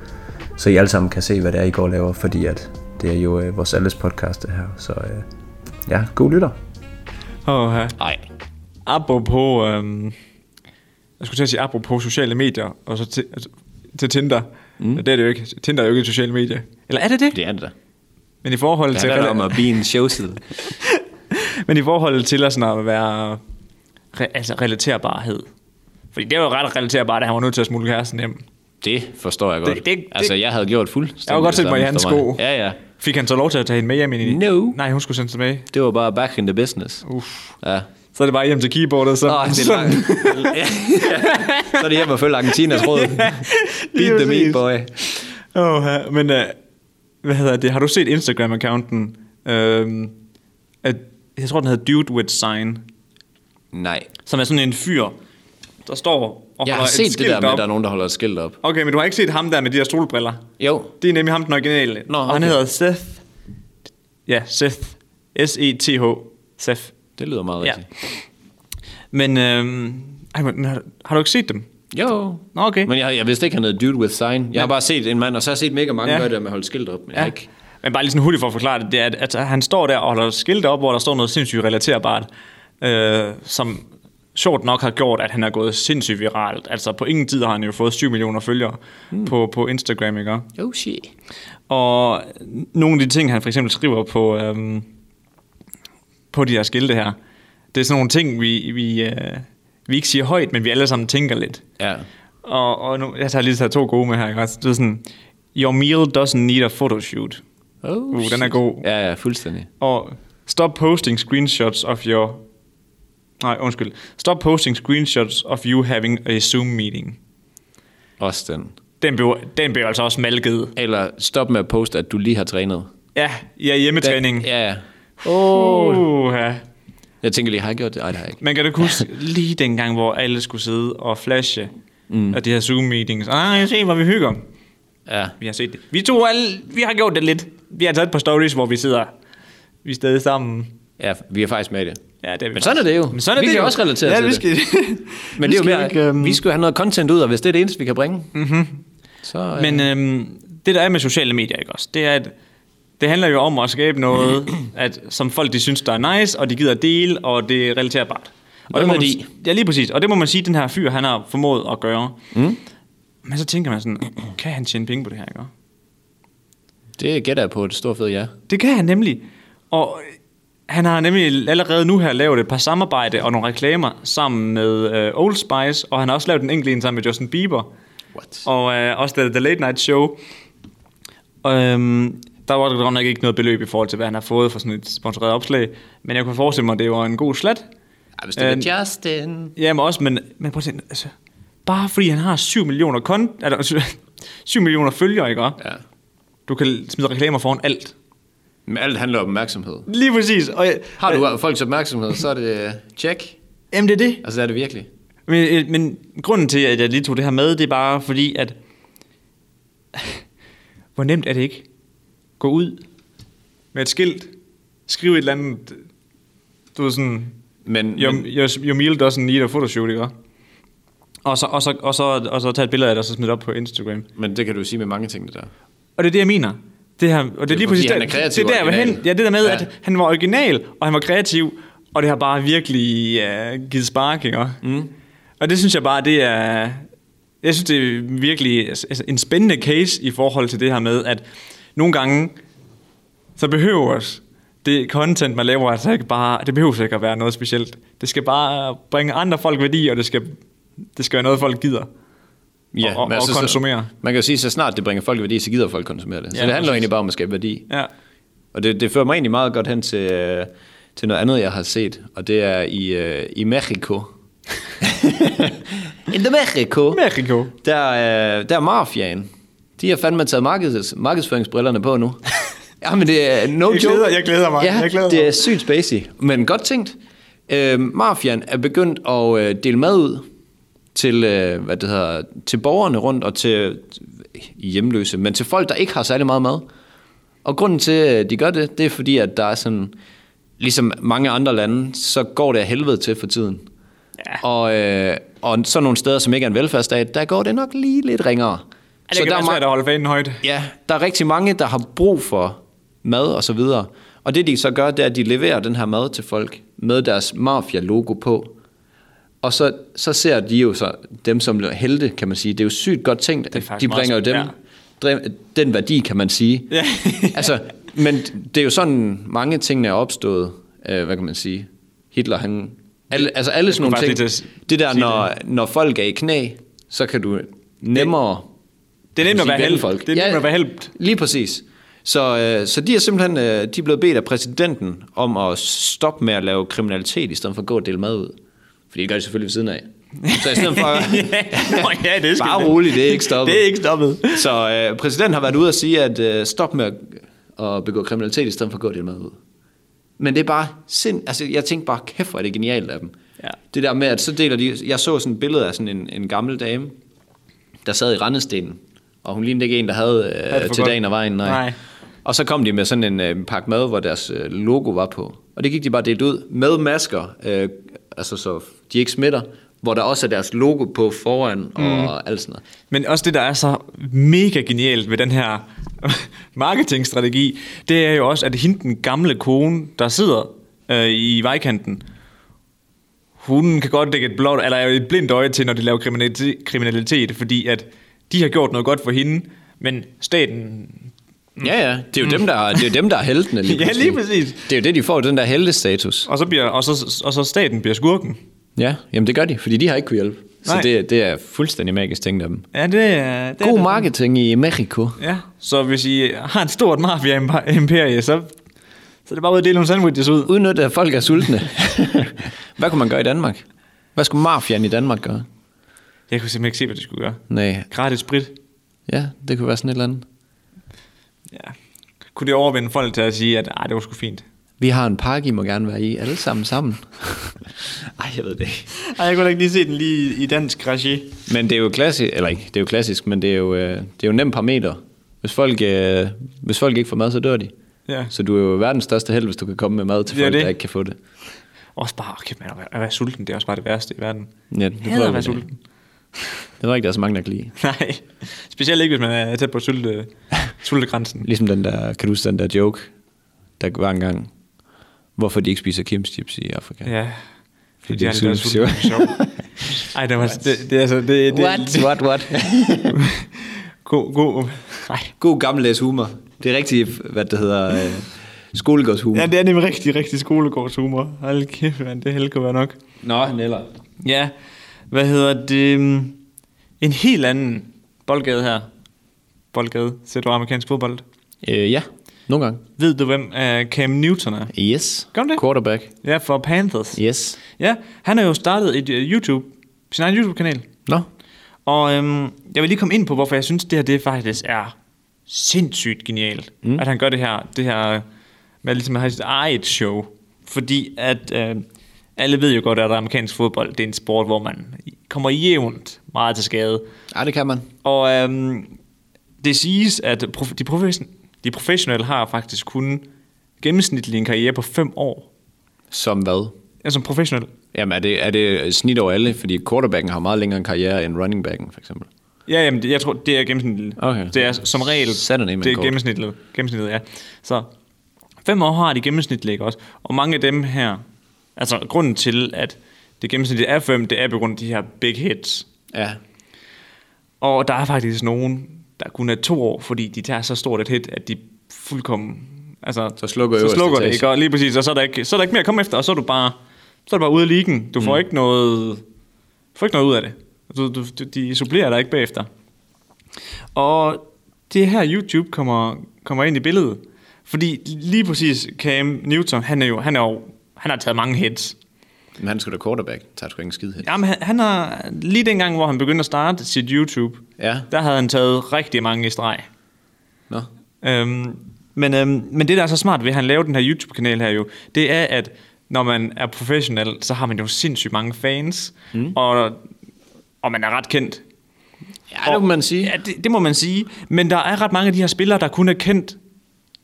Speaker 3: Så I alle sammen kan se, hvad det er, I går og laver, fordi at det er jo øh, vores alles podcast det her. Så øh, ja, god lytter.
Speaker 1: Åh, ja.
Speaker 2: Nej.
Speaker 1: apropos, øhm, jeg skulle til at sige apropos sociale medier, og så til, altså, til Tinder. Mm. Det er det jo ikke. Tinder er jo ikke et socialt medie. Eller er det det?
Speaker 2: Det er det da.
Speaker 1: Men i forhold
Speaker 2: Det
Speaker 1: til...
Speaker 2: handler om at blive en showside.
Speaker 1: Men i forhold til at, sådan at være re, altså relaterbarhed. Fordi det var jo ret relaterbart, at han var nødt til at smule kæresten hjem.
Speaker 2: Det forstår jeg godt.
Speaker 1: Det- det-
Speaker 2: altså, jeg havde gjort fuldstændig
Speaker 1: Jeg kunne godt
Speaker 2: det
Speaker 1: sætte mig i
Speaker 2: samme
Speaker 1: hans
Speaker 2: for mig.
Speaker 1: sko.
Speaker 2: Ja, ja.
Speaker 1: Fik han så lov til at tage hende med hjem ind i...
Speaker 2: No.
Speaker 1: Nej, hun skulle sendes med.
Speaker 2: Det var bare back in the business.
Speaker 1: Uff.
Speaker 2: Ja.
Speaker 1: Så er det bare hjem til keyboardet. Så,
Speaker 2: Nå, det er
Speaker 1: sådan.
Speaker 2: langt. ja. Så er det hjem og følge Argentinas råd.
Speaker 1: lige
Speaker 2: Beat the meat
Speaker 1: præcis.
Speaker 2: boy.
Speaker 1: Åh, ja, men uh, hvad hedder det? Har du set Instagram-accounten? Uh, at, jeg tror, den hedder Dude with Sign.
Speaker 2: Nej.
Speaker 1: Som er sådan en fyr, der står og
Speaker 2: Jeg har
Speaker 1: holder et
Speaker 2: set det
Speaker 1: skilt
Speaker 2: der med, at
Speaker 1: op.
Speaker 2: der er nogen, der holder et skilt op.
Speaker 1: Okay, men du har ikke set ham der med de der solbriller?
Speaker 2: Jo.
Speaker 1: Det er nemlig ham den originale.
Speaker 2: Nå,
Speaker 1: Og han
Speaker 2: okay.
Speaker 1: hedder Seth. Ja, Seth. S-E-T-H. Seth.
Speaker 2: Det lyder meget
Speaker 1: Ja.
Speaker 2: rigtigt.
Speaker 1: Men øhm, ej, men har, har du ikke set dem?
Speaker 2: Jo.
Speaker 1: Nå, okay.
Speaker 2: Men jeg, jeg vidste ikke, han hed Dude with Sign. Jeg ja. har
Speaker 1: Ja.
Speaker 2: bare set en mand, og så har jeg set mega mange ja.
Speaker 1: Ja.
Speaker 2: gøre det der med at holde skilt op. Men ja. jeg
Speaker 1: Ja.
Speaker 2: har ikke.
Speaker 1: Men bare lige sådan hurtigt for at forklare det, det er, at, at han står der og holder skilte op, hvor der står noget sindssygt relaterbart, øh, som sjovt nok har gjort, at han er gået sindssygt viralt. Altså på ingen tid har han jo fået 7 millioner følgere mm. på, på Instagram, ikke?
Speaker 2: Oh shit.
Speaker 1: Og nogle af de ting, han for eksempel skriver på, øhm, på de her skilte her, det er sådan nogle ting, vi, vi, øh, vi ikke siger højt, men vi alle sammen tænker lidt.
Speaker 2: Ja.
Speaker 1: Og, og nu, jeg tager lige taget to gode med her, ikke? også? Det er sådan, your meal doesn't need a photoshoot.
Speaker 2: Oh,
Speaker 1: Uh, den
Speaker 2: shit.
Speaker 1: er god.
Speaker 2: Ja, ja, fuldstændig.
Speaker 1: Og stop posting screenshots of your... Nej, undskyld. Stop posting screenshots of you having a Zoom meeting.
Speaker 2: Også den.
Speaker 1: Den blev, den blev altså også malket.
Speaker 2: Eller stop med at poste, at du lige har trænet.
Speaker 1: Ja, ja, hjemmetræning.
Speaker 2: Den, ja. Oh.
Speaker 1: Uh, ja.
Speaker 2: Jeg tænker lige, har jeg gjort det? Nej, det har jeg ikke.
Speaker 1: Man kan da huske lige dengang, hvor alle skulle sidde og flashe mm. af de her Zoom-meetings. Ah, se, hvor vi hygger.
Speaker 2: Ja.
Speaker 1: Vi har set det. Vi to alle, vi har gjort det lidt. Vi har taget et par stories, hvor vi sidder vi er stadig sammen.
Speaker 2: ja, vi er faktisk med i det.
Speaker 1: Ja, det er vi
Speaker 2: Men sådan er det jo.
Speaker 1: Men sådan er
Speaker 2: Vi
Speaker 1: det
Speaker 2: kan
Speaker 1: jo.
Speaker 2: også relatere
Speaker 1: ja,
Speaker 2: til
Speaker 1: vi
Speaker 2: det.
Speaker 1: skal,
Speaker 2: Men
Speaker 1: vi
Speaker 2: det er jo
Speaker 1: skal
Speaker 2: mere,
Speaker 1: ikke, øhm, Mhm.
Speaker 2: vi skal jo have noget content ud, og hvis det er det eneste, vi kan bringe, mm-hmm. så... øh,
Speaker 1: Men øhm, det, der er med sociale medier, ikke også, det er, at det handler jo om at skabe noget, at, som folk de synes, der er nice, og de gider at dele, og det er relaterbart. Og
Speaker 2: Noget
Speaker 1: det må man,
Speaker 2: værdi.
Speaker 1: Ja, lige præcis. Og det må man sige, at den her fyr, han har formået at gøre. Mm. Men så tænker man sådan, kan han tjene penge på det her, ikke også?
Speaker 2: Det gætter jeg på et stort fedt ja.
Speaker 1: Det kan han nemlig. Og han har nemlig allerede nu her lavet et par samarbejde og nogle reklamer sammen med øh, Old Spice, og han har også lavet en enkelt en sammen med Justin Bieber.
Speaker 2: What?
Speaker 1: Og øh, også The, The Late Night Show. Øhm, der var der godt nok ikke noget beløb i forhold til, hvad han har fået for sådan et sponsoreret opslag. Men jeg kunne forestille mig, at det var en god slat.
Speaker 2: Ja, hvis det var
Speaker 1: Øhm,
Speaker 2: Justin...
Speaker 1: Jamen også, men, men prøv at tænke, altså, bare fordi han har 7 millioner, kon- altså, 7 millioner følgere, ikke? også?
Speaker 2: Ja.
Speaker 1: Du kan smide reklamer foran alt.
Speaker 2: Men alt handler om opmærksomhed.
Speaker 1: Lige præcis. Og, jeg-
Speaker 2: Har du folks opmærksomhed, så er det øh, check.
Speaker 1: Jamen det er det.
Speaker 2: Altså, det er det virkelig.
Speaker 1: Men, øh, men grunden til, at jeg lige tog det her med, det er bare fordi, at hvor nemt er det ikke? Gå ud med et skilt, skriv et eller andet, du ved sådan,
Speaker 2: Men,
Speaker 1: your,
Speaker 2: men
Speaker 1: your, your meal doesn't need a photoshoot, ikke? Og så, og, så, og, så, og så tage et billede af det, og så smide det op på Instagram.
Speaker 2: Men det kan du sige med mange ting, det der.
Speaker 1: Og det er det, jeg mener. Det her, og det er lige
Speaker 2: fordi
Speaker 1: præcis
Speaker 2: han
Speaker 1: der-
Speaker 2: er kreativ
Speaker 1: det er der,
Speaker 2: og
Speaker 1: hvor hen,
Speaker 2: original.
Speaker 1: ja, det der med,
Speaker 2: Ja.
Speaker 1: ja. at han var original, og han var kreativ, og det har bare virkelig uh, givet spark, ikke? Mm. Og det synes jeg bare, det er... Jeg synes, det er virkelig altså, en spændende case i forhold til det her med, at nogle gange, så behøver os det content, man laver, altså ikke bare, det behøver ikke at være noget specielt. Det skal bare bringe andre folk værdi, og det skal, det skal være noget, folk gider. og, og,
Speaker 2: men altså,
Speaker 1: og
Speaker 2: så-
Speaker 1: konsumere.
Speaker 2: Man kan jo sige, så snart det bringer folk værdi, så gider folk konsumere det. Så
Speaker 1: Ja,
Speaker 2: det handler jo
Speaker 1: præcis.
Speaker 2: egentlig bare om at skabe værdi.
Speaker 1: Ja.
Speaker 2: Og det, det fører mig egentlig meget godt hen til, øh, til noget andet, jeg har set. Og det er i, øh, i Mexico. I the Mexico.
Speaker 1: Mexico.
Speaker 2: Der, øh, der er mafiaen. De har fandme taget markeds, markedsføringsbrillerne på nu. ja, men det er no
Speaker 1: Jeg
Speaker 2: joke.
Speaker 1: glæder- jeg glæder mig.
Speaker 2: Ja,
Speaker 1: Jeg glæder
Speaker 2: det
Speaker 1: mig.
Speaker 2: er sygt spacey. Men godt tænkt. Øh, mafiaen er begyndt at øh, dele mad ud til, øh, hvad det hedder, til borgerne rundt og til hjemløse, men til folk, der ikke har særlig meget mad. Og grunden til, at de gør det, det er fordi, at der er sådan, ligesom mange andre lande, så går det af helvede til for tiden. Ja. Og, øh, og sådan nogle steder, som ikke er en velfærdsstat, der går det nok lige lidt ringere.
Speaker 1: Ja, det Altså, kan
Speaker 2: der, er
Speaker 1: være svært
Speaker 2: ma-
Speaker 1: at holde fanen højt.
Speaker 2: ja, der er rigtig mange, der har brug for mad og så videre. Og det, de så gør, det er, at de leverer den her mad til folk med deres mafia-logo på. Og så, så ser de jo så dem som helte, kan man sige. Det er jo sygt godt tænkt, at de
Speaker 1: faktisk meget
Speaker 2: bringer jo dem, ja. den værdi, kan man sige.
Speaker 1: Ja.
Speaker 2: altså, men det er jo sådan, mange tingene er opstået, øh, hvad kan man sige, Hitler, han... Alle, altså alle sådan
Speaker 1: skulle
Speaker 2: nogle ting.
Speaker 1: faktisk lige til at
Speaker 2: Det der,
Speaker 1: sige
Speaker 2: når, når folk er i knæ, så kan du nemmere...
Speaker 1: Det er nemt at være
Speaker 2: Sige, vælge
Speaker 1: held. Det er nemt at være helpt.
Speaker 2: Lige præcis. Så, øh, så de er simpelthen øh, de er blevet bedt af præsidenten om at stoppe med at lave kriminalitet, i stedet for at gå og dele mad ud. Fordi det gør de selvfølgelig ved siden af. Så i stedet for...
Speaker 1: Nå, ja, det er sgu-
Speaker 2: Bare roligt, det er ikke stoppet.
Speaker 1: Det er ikke stoppet.
Speaker 2: Så øh, præsidenten har været ude og sige, at øh, stop med at, at begå kriminalitet, i stedet for at gå det med ud. Men det er bare sind... Altså, jeg tænkte bare, kæft, hvor er det genialt af dem.
Speaker 1: Ja.
Speaker 2: Det der med, at så deler de... Jeg så sådan et billede af sådan en, en gammel dame, der sad i rendestenen, og hun lignede ikke en, der havde
Speaker 1: det
Speaker 2: øh,
Speaker 1: for
Speaker 2: til
Speaker 1: godt?
Speaker 2: dagen og vejen. Nej.
Speaker 1: Nej.
Speaker 2: Og så kom de med sådan en øh, pakke mad, hvor deres øh, logo var på. Og det gik de bare delt ud med masker, øh, altså så de ikke smitter, hvor der også er deres logo på foran og mm. alt sådan noget.
Speaker 1: Men også det, der er så mega genialt ved den her marketingstrategi, det er jo også, at hende, den gamle kone, der sidder øh, i vejkanten, hun kan godt lægge et, blåt, eller et blindt øje til, når de laver kriminalitet, kriminalitet, fordi at de har gjort noget godt for hende, men staten...
Speaker 2: Mm. Ja, ja. Det er jo dem, der, det er jo dem, der er heltene. Lige
Speaker 1: Mm. Ja,
Speaker 2: pludselig.
Speaker 1: lige præcis.
Speaker 2: Det er jo det, de får, den der heltestatus.
Speaker 1: Og så, bliver, og så, og så staten bliver skurken.
Speaker 2: Ja, jamen det gør de, fordi de har ikke kunne hjælpe. Så
Speaker 1: Nej.
Speaker 2: det, det er fuldstændig magisk tænkt af dem.
Speaker 1: Ja, det er... Det er
Speaker 2: God
Speaker 1: det.
Speaker 2: marketing i Mexico.
Speaker 1: Ja, så hvis I har et stort mafia-imperie, så, så er det bare ud at dele nogle sandwiches ud.
Speaker 2: Udnytte, at folk er sultne. Hvad kunne man gøre i Danmark? Hvad skulle mafiaen i Danmark gøre?
Speaker 1: Jeg kunne simpelthen ikke se, hvad de skulle gøre.
Speaker 2: Nej,
Speaker 1: Gratis sprit.
Speaker 2: ja, det kunne være sådan et eller andet.
Speaker 1: Ja. Kunne det overvinde folk til at sige, at Ej, det var sgu fint?
Speaker 2: Vi har en park, I må gerne være i, alle sammen sammen. Ej, jeg ved det ikke.
Speaker 1: Ej, jeg kunne da ikke lige se den lige i dansk regi.
Speaker 2: Men det er jo klassisk, eller ikke, det er jo klassisk, men det er jo, øh, det er jo nem parameter. Hvis folk, øh, hvis folk ikke får mad, så dør de.
Speaker 1: Ja.
Speaker 2: Så du er jo verdens største held, hvis du kan komme med mad til
Speaker 1: Det er
Speaker 2: folk,
Speaker 1: det.
Speaker 2: der ikke kan få det.
Speaker 1: Også bare, okay, man, at være- at være sulten, det er også bare det værste i verden.
Speaker 2: Ja, det
Speaker 1: Jeg hader at
Speaker 2: vi
Speaker 1: være
Speaker 2: det.
Speaker 1: sulten.
Speaker 2: Jeg tror ikke, der er så mange, der kan lide.
Speaker 1: Nej, specielt ikke, hvis man er tæt på sulte, sultegrænsen.
Speaker 2: Ligesom den der, kan du huske den der joke, der var engang, hvorfor de ikke spiser Kim's chips i Afrika?
Speaker 1: Ja.
Speaker 2: Fordi
Speaker 1: de
Speaker 2: de
Speaker 1: er lidt
Speaker 2: synes, det var-
Speaker 1: sultne. Sjov. Ej, det var... Det, det, er altså, det, det,
Speaker 2: what, what?
Speaker 1: God, god. Nej.
Speaker 2: God gammeldags humor. Det er rigtig, hvad det hedder, øh, skolegårdshumor.
Speaker 1: Ja, det er nemlig rigtig, rigtig skolegårdshumor. Hold kæft, man, det hele kan være nok.
Speaker 2: Nå, Neller.
Speaker 1: Ja, hvad hedder det? mm, En helt anden boldgade her. Boldgade, ser du amerikansk fodbold?
Speaker 2: Øh, ja, nogle gange.
Speaker 1: Ved du, hvem uh, Cam Newton er?
Speaker 2: Yes.
Speaker 1: Gør den det?
Speaker 2: Quarterback.
Speaker 1: Ja, for Panthers.
Speaker 2: Yes.
Speaker 1: Ja, han har jo startet et øh, YouTube, sin egen YouTube-kanal.
Speaker 2: Nå.
Speaker 1: Og øhm, jeg vil lige komme ind på, hvorfor jeg synes, det her det faktisk er sindssygt genialt. Mm. At han gør det her, det her øh, med at ligesom at have sit eget show. Fordi at øh, alle ved jo godt, at amerikansk fodbold det er en sport, hvor man kommer jævnt meget til skade.
Speaker 2: Ej, det kan man.
Speaker 1: Og øhm, det siges, at prof- de, profession- de professionelle har faktisk kun gennemsnitlig en karriere på fem år.
Speaker 2: Som hvad?
Speaker 1: Altså som professionel.
Speaker 2: Jamen, er det, er det snit over alle? Fordi quarterbacken har meget længere en karriere end runningbacken, for eksempel.
Speaker 1: Ja, jamen, det, jeg tror, det er gennemsnitligt.
Speaker 2: Okay.
Speaker 1: Det er som regel,
Speaker 2: Saturday night
Speaker 1: det er
Speaker 2: kort.
Speaker 1: gennemsnitligt, gennemsnitligt, ja. Så fem år har de gennemsnitligt ikke også. Og mange af dem her, altså grunden til, at det gennemsnitligt er fem, det er på grund af de her big hits.
Speaker 2: Ja.
Speaker 1: Og der er faktisk nogen, der kun er to år, fordi de tager så stort et hit, at de fuldkommen... Altså,
Speaker 2: Så slukker
Speaker 1: så
Speaker 2: øverste
Speaker 1: slukker det,
Speaker 2: etage.
Speaker 1: ikke? Og lige præcis, og så er, der ikke, så er der ikke mere at komme efter, og så er du bare, så er du bare ude af ligen. Du får, mm. ikke noget, du får ikke noget ud af det. Du, du, du, de supplerer dig ikke bagefter. Og det er her YouTube kommer, kommer ind i billedet. Fordi lige præcis Cam Newton, han er jo, han er jo, han har taget mange hits.
Speaker 2: Men han skulle da quarterback. Tager sgu ikke en skid hen.
Speaker 1: Jamen, han, han har, lige dengang, hvor han begyndte at starte sit YouTube,
Speaker 2: Ja.
Speaker 1: der havde han taget rigtig mange i streg.
Speaker 2: Nå.
Speaker 1: Øhm, men, øhm, men det, der er så smart ved, at han laver den her YouTube-kanal her jo, det er, at når man er professionel, så har man jo sindssygt mange fans, mm. og, og man er ret kendt.
Speaker 2: Ja, det må man sige.
Speaker 1: Ja, det, det må man sige. Men der er ret mange af de her spillere, der kun er kendt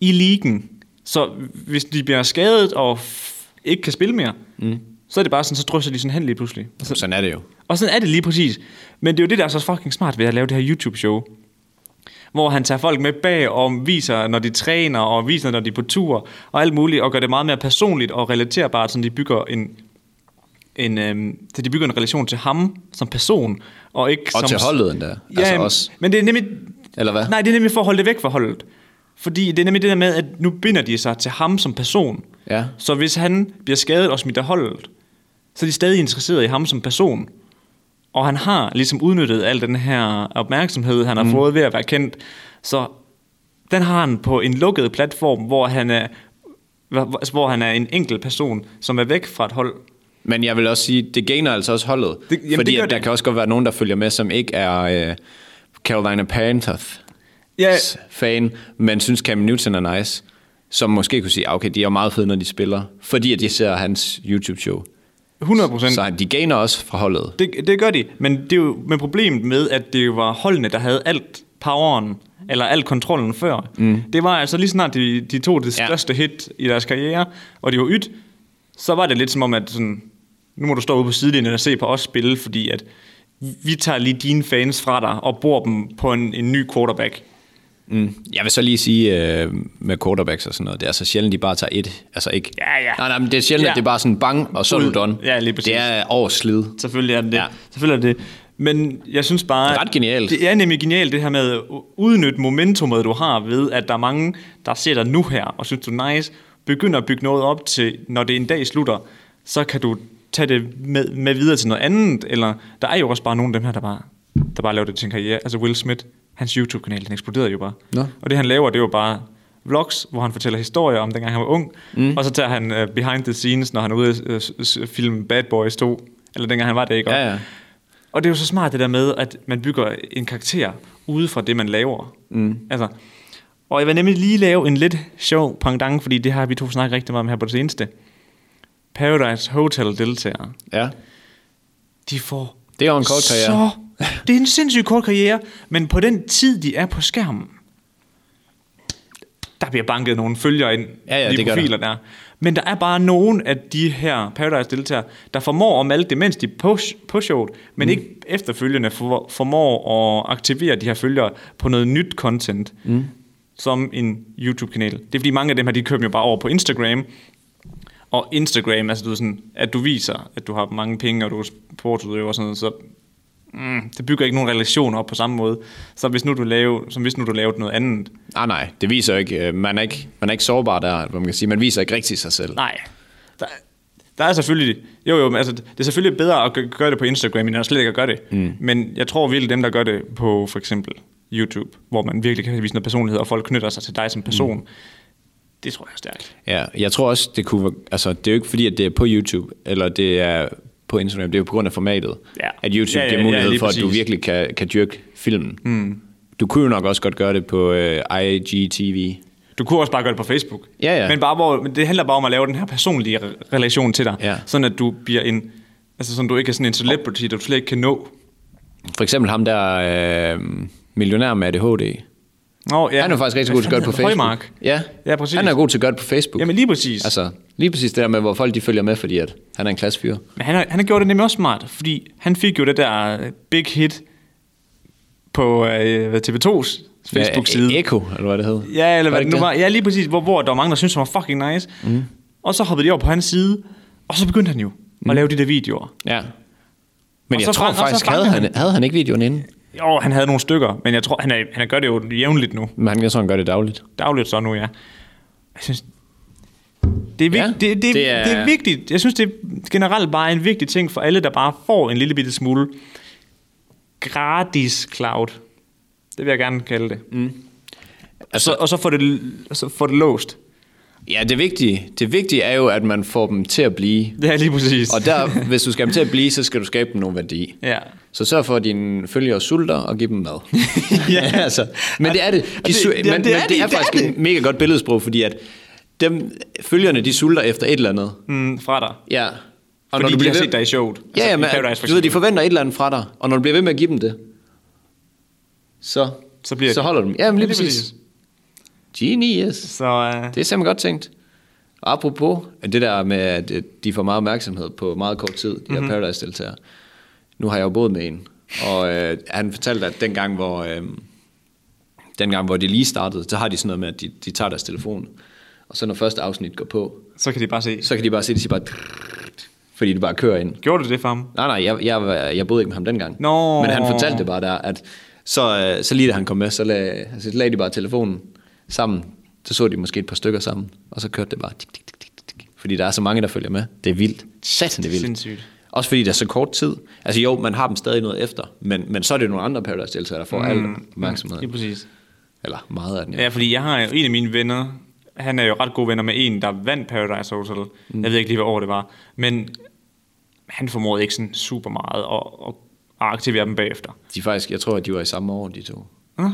Speaker 1: i ligen. Så hvis de bliver skadet og f- ikke kan spille mere, mm. så er det bare sådan, så drysser de sådan hen lige pludselig. Altså,
Speaker 2: Så, sådan er det jo.
Speaker 1: Og sådan er det lige præcis. Men det er jo det, der er så fucking smart ved at lave det her YouTube-show. Hvor han tager folk med bag og viser, når de træner, og viser, når de er på tur, og alt muligt, og gør det meget mere personligt og relaterbart, så de bygger en, en, øhm, så de bygger en relation til ham som person, og ikke
Speaker 2: Og
Speaker 1: som...
Speaker 2: til holdet endda. Ja, altså
Speaker 1: men-
Speaker 2: også.
Speaker 1: Men det er nemlig...
Speaker 2: Eller hvad?
Speaker 1: Nej, det er nemlig for at holde det væk fra holdet. Fordi det er nemlig det der med, at nu binder de sig til ham som person.
Speaker 2: Ja.
Speaker 1: Så hvis han bliver skadet og smidt af holdet, så er de stadig interesseret i ham som person. Og han har ligesom udnyttet al den her opmærksomhed, han har mm. fået ved at være kendt. Så den har han på en lukket platform, hvor han er, hvor- hvor han er en enkelt person, som er væk fra et hold.
Speaker 2: Men jeg vil også sige, det gainer altså også holdet.
Speaker 1: Det- jamen,
Speaker 2: fordi
Speaker 1: det gør
Speaker 2: at der
Speaker 1: det.
Speaker 2: kan også godt være nogen, der følger med, som ikke er øh, Carolina Panthers
Speaker 1: Ja.
Speaker 2: fan, men synes Cam Newton er nice, som måske kunne sige, "Ah, okay, de er jo meget fede, når de spiller, fordi at de ser hans YouTube-show.
Speaker 1: 100 procent.
Speaker 2: Så de gainer også fra holdet.
Speaker 1: Det, det gør de, men det er jo med problemet med, at det jo var holdene, der havde alt poweren, eller alt kontrollen før. Mm. Det var altså lige snart, de, de tog det
Speaker 2: Ja.
Speaker 1: største hit i deres karriere, og de var ydt, så var det lidt som om, at sådan, nu må du stå ude på sidelinjen og se på os spille, fordi at vi tager lige dine fans fra dig og bor dem på en, en ny quarterback.
Speaker 2: Mm. Jeg vil så lige sige øh, med quarterbacks og sådan noget, det er så sjældent, de bare tager et. Altså ikke,
Speaker 1: Ja, ja.
Speaker 2: Nej, nej, men det er sjældent,
Speaker 1: Ja.
Speaker 2: ja. at det er bare sådan bang, og så er
Speaker 1: Ud.
Speaker 2: du done.
Speaker 1: Ja, lige præcis.
Speaker 2: Det er års slid.
Speaker 1: Selvfølgelig er det det. Ja.
Speaker 2: Ja.
Speaker 1: Selvfølgelig er det det. Men jeg synes bare...
Speaker 2: Det er ret genialt.
Speaker 1: Det er nemlig genialt, det her med at udnytte momentumet, du har ved, at der er mange, der ser dig nu her, og synes du er nice. Begynder at bygge noget op til, når det en dag slutter, så kan du tage det med, med videre til noget andet. Eller der er jo også bare nogle af dem her, der bare, der bare laver det til en karriere. Altså Will Smith, hans YouTube-kanal, den eksploderede jo bare.
Speaker 2: Nå.
Speaker 1: Og det han laver, det er jo bare vlogs, hvor han fortæller historier om dengang han var ung, mm. og så tager han uh, behind the scenes, når han er ude at uh, s- s- filme Bad Boys 2, eller dengang han var det, ikke?
Speaker 2: Ja, ja.
Speaker 1: Og det er jo så smart det der med, at man bygger en karakter ude fra det, man laver. Mm. Altså, og jeg vil nemlig lige lave en lidt sjov pendant, fordi det har vi to snakket rigtig meget om her på det seneste. Paradise Hotel deltagere,
Speaker 2: Ja.
Speaker 1: de får
Speaker 2: Det er jo en kort karriere.
Speaker 1: så... Det er en sindssygt kort karriere, men på den tid, de er på skærmen, der bliver banket nogle følgere ind
Speaker 2: Ja, ja,
Speaker 1: i
Speaker 2: det gør
Speaker 1: profiler der. Men der er bare nogen af de her Paradise-deltagere, der formår at malde det, mens de er på, på showet, men mm. ikke efterfølgende for, formår at aktivere de her følgere på noget nyt content, mm. som en YouTube-kanal. Det er fordi mange af dem her, de kører dem jo bare over på Instagram, og Instagram, altså du ved sådan, at du viser, at du har mange penge, og du er sportsudøver og sådan noget, så mm, det bygger ikke nogen relation op på samme måde. Så hvis nu du laver, som hvis nu du lavede noget andet.
Speaker 2: Nej, Ah, nej, det viser jo ikke, øh, man er ikke, man er ikke sårbar der, hvor man kan sige, man viser ikke rigtig sig selv.
Speaker 1: Nej. Der, der er selvfølgelig, jo jo, men altså, det er selvfølgelig bedre at gø- gøre det på Instagram, end at slet ikke at gøre det. Mm. Men jeg tror virkelig, dem der gør det på for eksempel YouTube, hvor man virkelig kan vise noget personlighed, og folk knytter sig til dig som person, mm. det tror jeg er stærkt.
Speaker 2: Ja, jeg tror også, det kunne, være- altså det er jo ikke fordi, at det er på YouTube, eller det er på Instagram, det er jo på grund af formatet,
Speaker 1: Ja.
Speaker 2: at YouTube
Speaker 1: Ja, ja,
Speaker 2: giver
Speaker 1: ja,
Speaker 2: mulighed
Speaker 1: lige
Speaker 2: for, at du
Speaker 1: præcis.
Speaker 2: virkelig kan, kan dyrke filmen. Mm. Du kunne jo nok også godt gøre det på øh, IGTV.
Speaker 1: Du kunne også bare gøre det på Facebook.
Speaker 2: Ja, ja.
Speaker 1: Men, bare, hvor, men det handler bare om at lave den her personlige re- relation til dig.
Speaker 2: Ja.
Speaker 1: Sådan at du bliver en... Altså sådan, du ikke er sådan en celebrity, der du slet ikke kan nå.
Speaker 2: For eksempel ham der øh, millionær med ADHD.
Speaker 1: Nå, ja.
Speaker 2: Han er jo faktisk rigtig
Speaker 1: Hvad
Speaker 2: god til at gøre det på
Speaker 1: fanden
Speaker 2: Facebook.
Speaker 1: hedder han? Højmark.
Speaker 2: Ja.
Speaker 1: Ja, præcis.
Speaker 2: Han er god til at gøre det på Facebook.
Speaker 1: Jamen lige præcis. Altså.
Speaker 2: Altså, lige præcis det der med, hvor folk de følger med, fordi at han er en klassefyr.
Speaker 1: Men han, har, han har gjort det nemlig også smart, fordi han fik jo det der øh, big hit på øh, hvad, TV2's Facebook-side.
Speaker 2: Ja, E- Eko, eller hvad det hed.
Speaker 1: Ja, eller hvad
Speaker 2: det Mhm.
Speaker 1: det nu
Speaker 2: ikke
Speaker 1: var. Ja, lige præcis, hvor, hvor der var mange, der syntes, han var fucking nice. Mm. Og så hoppede de over på hans side, og så begyndte han jo
Speaker 2: Mhm.
Speaker 1: mm. at lave de der videoer.
Speaker 2: det? Ja. Men
Speaker 1: Og
Speaker 2: jeg
Speaker 1: så
Speaker 2: tror
Speaker 1: fang- og så
Speaker 2: faktisk, havde
Speaker 1: fangede
Speaker 2: han, havde han ikke videoen inde?
Speaker 1: Jo, han havde nogle stykker, men jeg tror, han, er, han gør det jo jævnligt nu.
Speaker 2: Men han, jeg tror, han gør det dagligt.
Speaker 1: dagligt så nu, ja. Jeg synes, det er, vigt,
Speaker 2: Ja,
Speaker 1: ja, det, det, det,
Speaker 2: det
Speaker 1: er...
Speaker 2: er-
Speaker 1: det er vigtigt. Jeg synes, det er generelt bare en vigtig ting for alle, der bare får en lille bitte smule gratis cloud. Det vil jeg gerne kalde det. Mm. Altså,
Speaker 2: Altså-
Speaker 1: så, og så får det, l- så får det låst.
Speaker 2: Ja, det vigtige, det vigtige er jo, at man får dem til at blive.
Speaker 1: Det er lige præcis.
Speaker 2: Og der, hvis du skal have dem til at blive, så skal du skabe dem nogle værdi.
Speaker 1: Ja.
Speaker 2: Så sørg for, at dine følgere sulter og giv dem mad.
Speaker 1: Ja.
Speaker 2: altså. Men det er det. De, su-
Speaker 1: Altså, det-
Speaker 2: men,
Speaker 1: ja,
Speaker 2: men det er,
Speaker 1: det, det er
Speaker 2: faktisk
Speaker 1: det.
Speaker 2: et mega godt billedsprog, fordi at dem, følgerne, de sulter efter et eller andet.
Speaker 1: mm, fra dig.
Speaker 2: Ja.
Speaker 1: Og Fordi de har set dig i showet. Altså,
Speaker 2: Ja, ja, men,
Speaker 1: i Paradise, for
Speaker 2: du ved, de
Speaker 1: eksempel.
Speaker 2: forventer et eller andet fra dig, og når du bliver ved med at give dem det, så,
Speaker 1: Så bliver
Speaker 2: så
Speaker 1: de-
Speaker 2: holder du dem. Ja, men lige,
Speaker 1: Lige
Speaker 2: præcis. Genius.
Speaker 1: Så øh,
Speaker 2: Det er simpelthen godt tænkt. Og apropos det der med, at øh, de får meget opmærksomhed på meget kort tid, de her mm-hmm. Paradise-deltagere. Nu har jeg jo boet med en, og øh, han fortalte, at dengang, hvor, øh, dengang, hvor de lige startede, så har de sådan noget med, at de, de tager deres telefon, og så når første afsnit går på,
Speaker 1: så kan de bare se.
Speaker 2: så kan de bare se, at de siger bare... Fordi det bare kører ind.
Speaker 1: Gjorde du det for ham?
Speaker 2: Nej, nej, jeg, jeg, var- jeg boede ikke med ham dengang.
Speaker 1: Nå.
Speaker 2: Men han fortalte det bare der, at så, øh, så lige da han kom med, så lag, altså, lagde de bare telefonen sammen. Så så de måske et par stykker sammen, og så kørte det bare. Tik, tik, tik, tik, tik. Fordi der er så mange, der følger med. Det er vildt. Satan, det er vildt.
Speaker 1: Sindssygt.
Speaker 2: Også fordi der er så kort tid. Altså jo, man har dem stadig noget efter, men, men så er det nogle andre Paradise-deltagere, der får mm. al opmærksomhed.
Speaker 1: Lige præcis.
Speaker 2: Eller meget af den. Ja.
Speaker 1: Ja, fordi jeg har jo en af mine venner, han er jo ret gode venner med en, der vandt Paradise Hotel. Mm. Jeg ved ikke lige, hvad år det var. Men han formåede ikke sådan super meget at, at aktivere dem bagefter.
Speaker 2: De er faktisk, jeg tror, at de var i samme år, de to.
Speaker 1: Ah.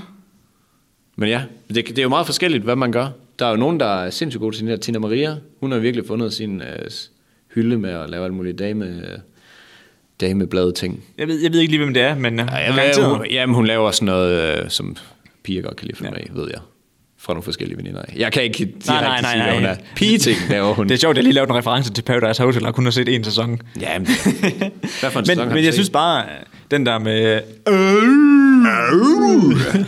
Speaker 2: Men ja, det, det er jo meget forskelligt, hvad man gør. Der er jo nogen, der er sindssygt gode til den her Tina Maria. Hun har virkelig fundet sin øh, s- hylde med at lave alle mulige dame, øh, dameblade ting.
Speaker 1: Jeg ved, jeg ved ikke lige, hvem det er, men ja,
Speaker 2: øh, Ja, jeg ved, hun, jamen, hun laver sådan noget, øh, som piger godt kan lide for ja. med, ved jeg. fra nogle forskellige veninder af. Jeg kan ikke direkte
Speaker 1: Nej, nej, nej,
Speaker 2: sige, hvad hun
Speaker 1: nej.
Speaker 2: er. Pigeting laver hun.
Speaker 1: Det er sjovt, at jeg lige lavede en reference til Paradise Hotel, og kun har set en sæson.
Speaker 2: Ja, men, hvad for en
Speaker 1: Men,
Speaker 2: sæson har du
Speaker 1: men jeg
Speaker 2: set?
Speaker 1: synes bare, den der med... øh,
Speaker 2: Øh?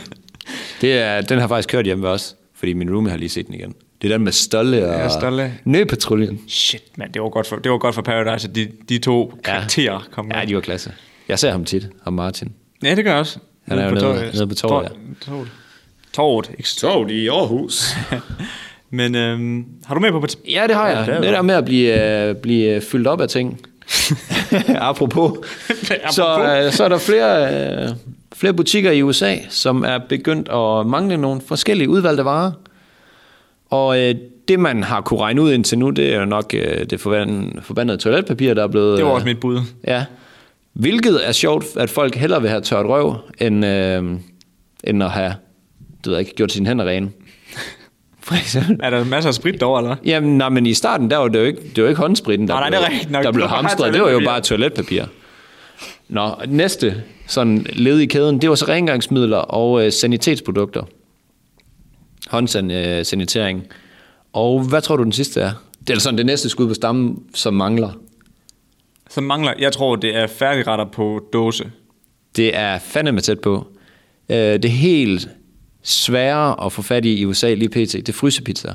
Speaker 2: Det er, den har faktisk kørt hjemme ved os, fordi min roomie har lige set den igen. Det er den med Stolle og
Speaker 1: Ja, Stolle.
Speaker 2: Nøpatruljen.
Speaker 1: Shit, man, det var godt for, det var godt for Paradise, at de, de to karakterer kom med.
Speaker 2: Ja, de var klasse. Jeg ser ham tit, ham Martin.
Speaker 1: Ja, det gør jeg også.
Speaker 2: Han er jo nede- nede på torvet,
Speaker 1: Torvet. Torvet. ikke s-
Speaker 2: Tog i Aarhus.
Speaker 1: Men øhm, har du med på... pat-
Speaker 2: Ja, det har jeg.
Speaker 1: det er
Speaker 2: det der med at blive, øh, blive øh, fyldt op af ting. Apropos. Så, øh, så er der flere, øh, flere butikker i USA, som er begyndt at mangle nogle forskellige udvalgte varer. Og øh, det, man har kunne regne ud indtil nu, det er jo nok øh, det forban- forbandede toiletpapir, der er blevet...
Speaker 1: Det var
Speaker 2: øh,
Speaker 1: også mit bud.
Speaker 2: Ja. Hvilket er sjovt, at folk hellere vil have tørt røv, end, øh, end at have det ved jeg ikke, gjort sine hænder rene. For eksempel.
Speaker 1: Er der masser af sprit dog, eller?
Speaker 2: Jamen, nej, men i starten, der var det jo ikke, det var ikke håndspritten, der,
Speaker 1: Nej, nej,
Speaker 2: blev,
Speaker 1: det er rigtigt nok.
Speaker 2: der
Speaker 1: Det
Speaker 2: blev
Speaker 1: var bare
Speaker 2: hamstret. Det var jo
Speaker 1: toiletpapir.
Speaker 2: bare toiletpapir. Nå, næste sådan led i kæden, det var så rengøringsmidler og øh, sanitetsprodukter. Håndsanitering. Øh, sanitering. og hvad tror du, den sidste er? Det er sådan det næste skud på stammen, som mangler.
Speaker 1: Som mangler... Jeg tror, det er færdigretter på dåse.
Speaker 2: Det er fandeme tæt på. Øh, det er helt sværere at få fat i i USA lige pt. Det er frysepizza.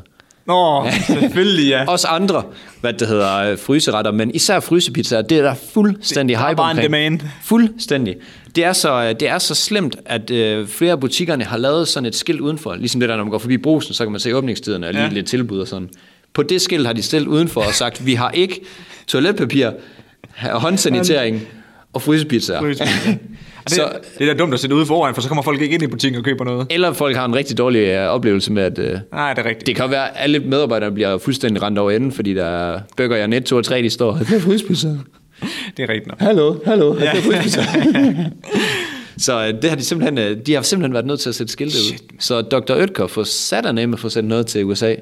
Speaker 1: Nå, selvfølgelig, ja.
Speaker 2: Også andre, hvad det hedder, øh, fryseretter, men især frysepizzaer, det er der fuldstændig
Speaker 1: Det er
Speaker 2: hype
Speaker 1: bare en
Speaker 2: omkring.
Speaker 1: demand.
Speaker 2: Fuldstændig. Det er, så, øh, det er så slemt, at øh, flere af butikkerne har lavet sådan et skilt udenfor. Ligesom det der, når man går forbi brusen, så kan man se åbningstiderne og lige
Speaker 1: Ja.
Speaker 2: ja. lidt tilbud og sådan. På det skilt har de stillet udenfor og sagt, vi har ikke toiletpapir, håndsanitering og frysepizzaer.
Speaker 1: Frysepizzaer. Og Det,
Speaker 2: så-
Speaker 1: det er da dumt at sætte ude foran, for så kommer folk ikke ind i butikken og køber noget.
Speaker 2: Eller folk har en rigtig dårlig øh, oplevelse med, at øh,
Speaker 1: Nej, det er rigtigt.
Speaker 2: det kan være, at alle medarbejdere bliver fuldstændig rendt over enden, fordi der er bøger jeg net 2 og 3, de står. Det er frysepizza.
Speaker 1: Det, det er rigtigt nok.
Speaker 2: Hallo, hallo, ja. det er frysepizza. Så øh, det har de simpelthen, øh, de har simpelthen været nødt til at sætte skilte ud. Så Dr. Øtker får sat nemme for at sætte noget til USA.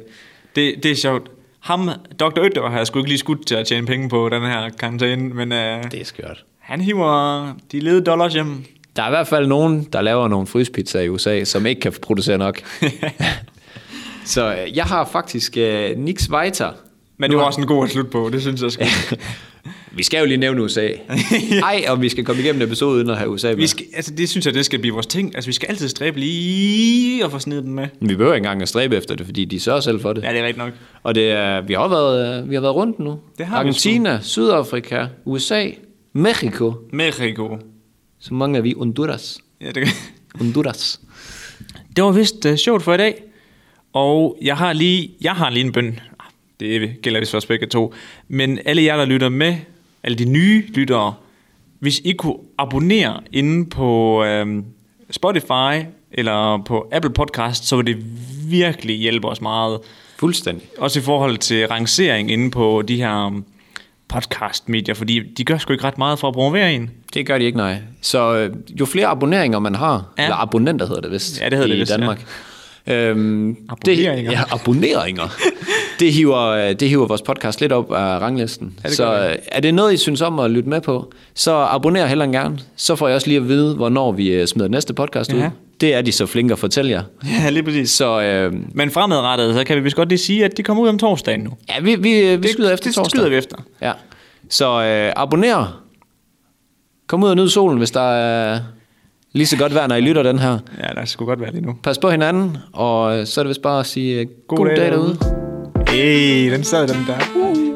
Speaker 1: Det, det er sjovt. Ham, Dr. Øtter, har jeg sgu ikke lige skudt til at tjene penge på den her karantæne, men øh,
Speaker 2: Det er skørt.
Speaker 1: han hiver de lede dollars hjem.
Speaker 2: Der er i hvert fald nogen, der laver nogle frysepizzaer i USA, som ikke kan producere nok. Så øh, jeg har faktisk øh, Nix Weiter.
Speaker 1: Men det var også en god at slutte på, det synes jeg sgu.
Speaker 2: Vi skal jo lige nævne USA. Ej, og vi skal komme igennem episoden uden at have USA med.
Speaker 1: Vi skal, altså, det synes jeg, det skal blive vores ting. Altså, vi skal altid stræbe lige og få snedet den med.
Speaker 2: Vi behøver ikke engang at stræbe efter det, fordi de sørger selv for det.
Speaker 1: Ja, det er rigtigt nok.
Speaker 2: Og det er, vi har jo været, øh, vi har været rundt nu.
Speaker 1: Det har vi
Speaker 2: Argentina, Sydafrika, USA, Mexico.
Speaker 1: Mexico.
Speaker 2: Så mangler vi Honduras.
Speaker 1: Ja, det,
Speaker 2: Honduras.
Speaker 1: det var vist uh, sjovt for i dag. Og jeg har lige, jeg har lige en bøn. Ah, Det gælder vist for os begge to. Men alle jer, der lytter med, alle de nye lyttere, hvis I kunne abonnere inde på øhm, Spotify eller på Apple Podcast, så vil det virkelig hjælpe os meget.
Speaker 2: Fuldstændig.
Speaker 1: Også i forhold til rangering inde på de her um, podcast-medier, fordi de gør sgu ikke ret meget for at promovere en.
Speaker 2: Det gør de ikke, nej. Så øh, jo flere abonneringer man har,
Speaker 1: Ja.
Speaker 2: ja. eller abonnenter hedder det vist
Speaker 1: Ja, det hedder
Speaker 2: i
Speaker 1: det vist,
Speaker 2: Danmark. Ja. Øhm,
Speaker 1: Abonneringer.
Speaker 2: Det, ja, abonneringer. det, hiver, øh, det hiver vores podcast lidt op af ranglisten. Ja,
Speaker 1: det
Speaker 2: så
Speaker 1: gør det.
Speaker 2: øh, er det noget, I synes om at lytte med på, så abonner heller end gerne. Så får jeg også lige at vide, hvornår vi øh, smider næste podcast ja.
Speaker 1: Ja.
Speaker 2: ud. Det er de så flinke at fortælle jer.
Speaker 1: Ja, lige præcis.
Speaker 2: Så øh,
Speaker 1: Men fremadrettet, så kan vi vist godt lige sige, at de kommer ud om torsdagen nu.
Speaker 2: ja, vi, vi, øh, vi skyder efter
Speaker 1: det
Speaker 2: torsdag.
Speaker 1: skyder vi efter.
Speaker 2: Ja. Så øh, abonner. Kom ud og nyd solen, hvis der er lige så godt vejr, når I lytter den her.
Speaker 1: Ja, der skulle godt være lige nu.
Speaker 2: Pas på hinanden, og øh, så er det vist bare at sige øh, god,
Speaker 1: dag
Speaker 2: dag
Speaker 1: derude.
Speaker 2: derude.
Speaker 1: Ej, den sad den der. Uh.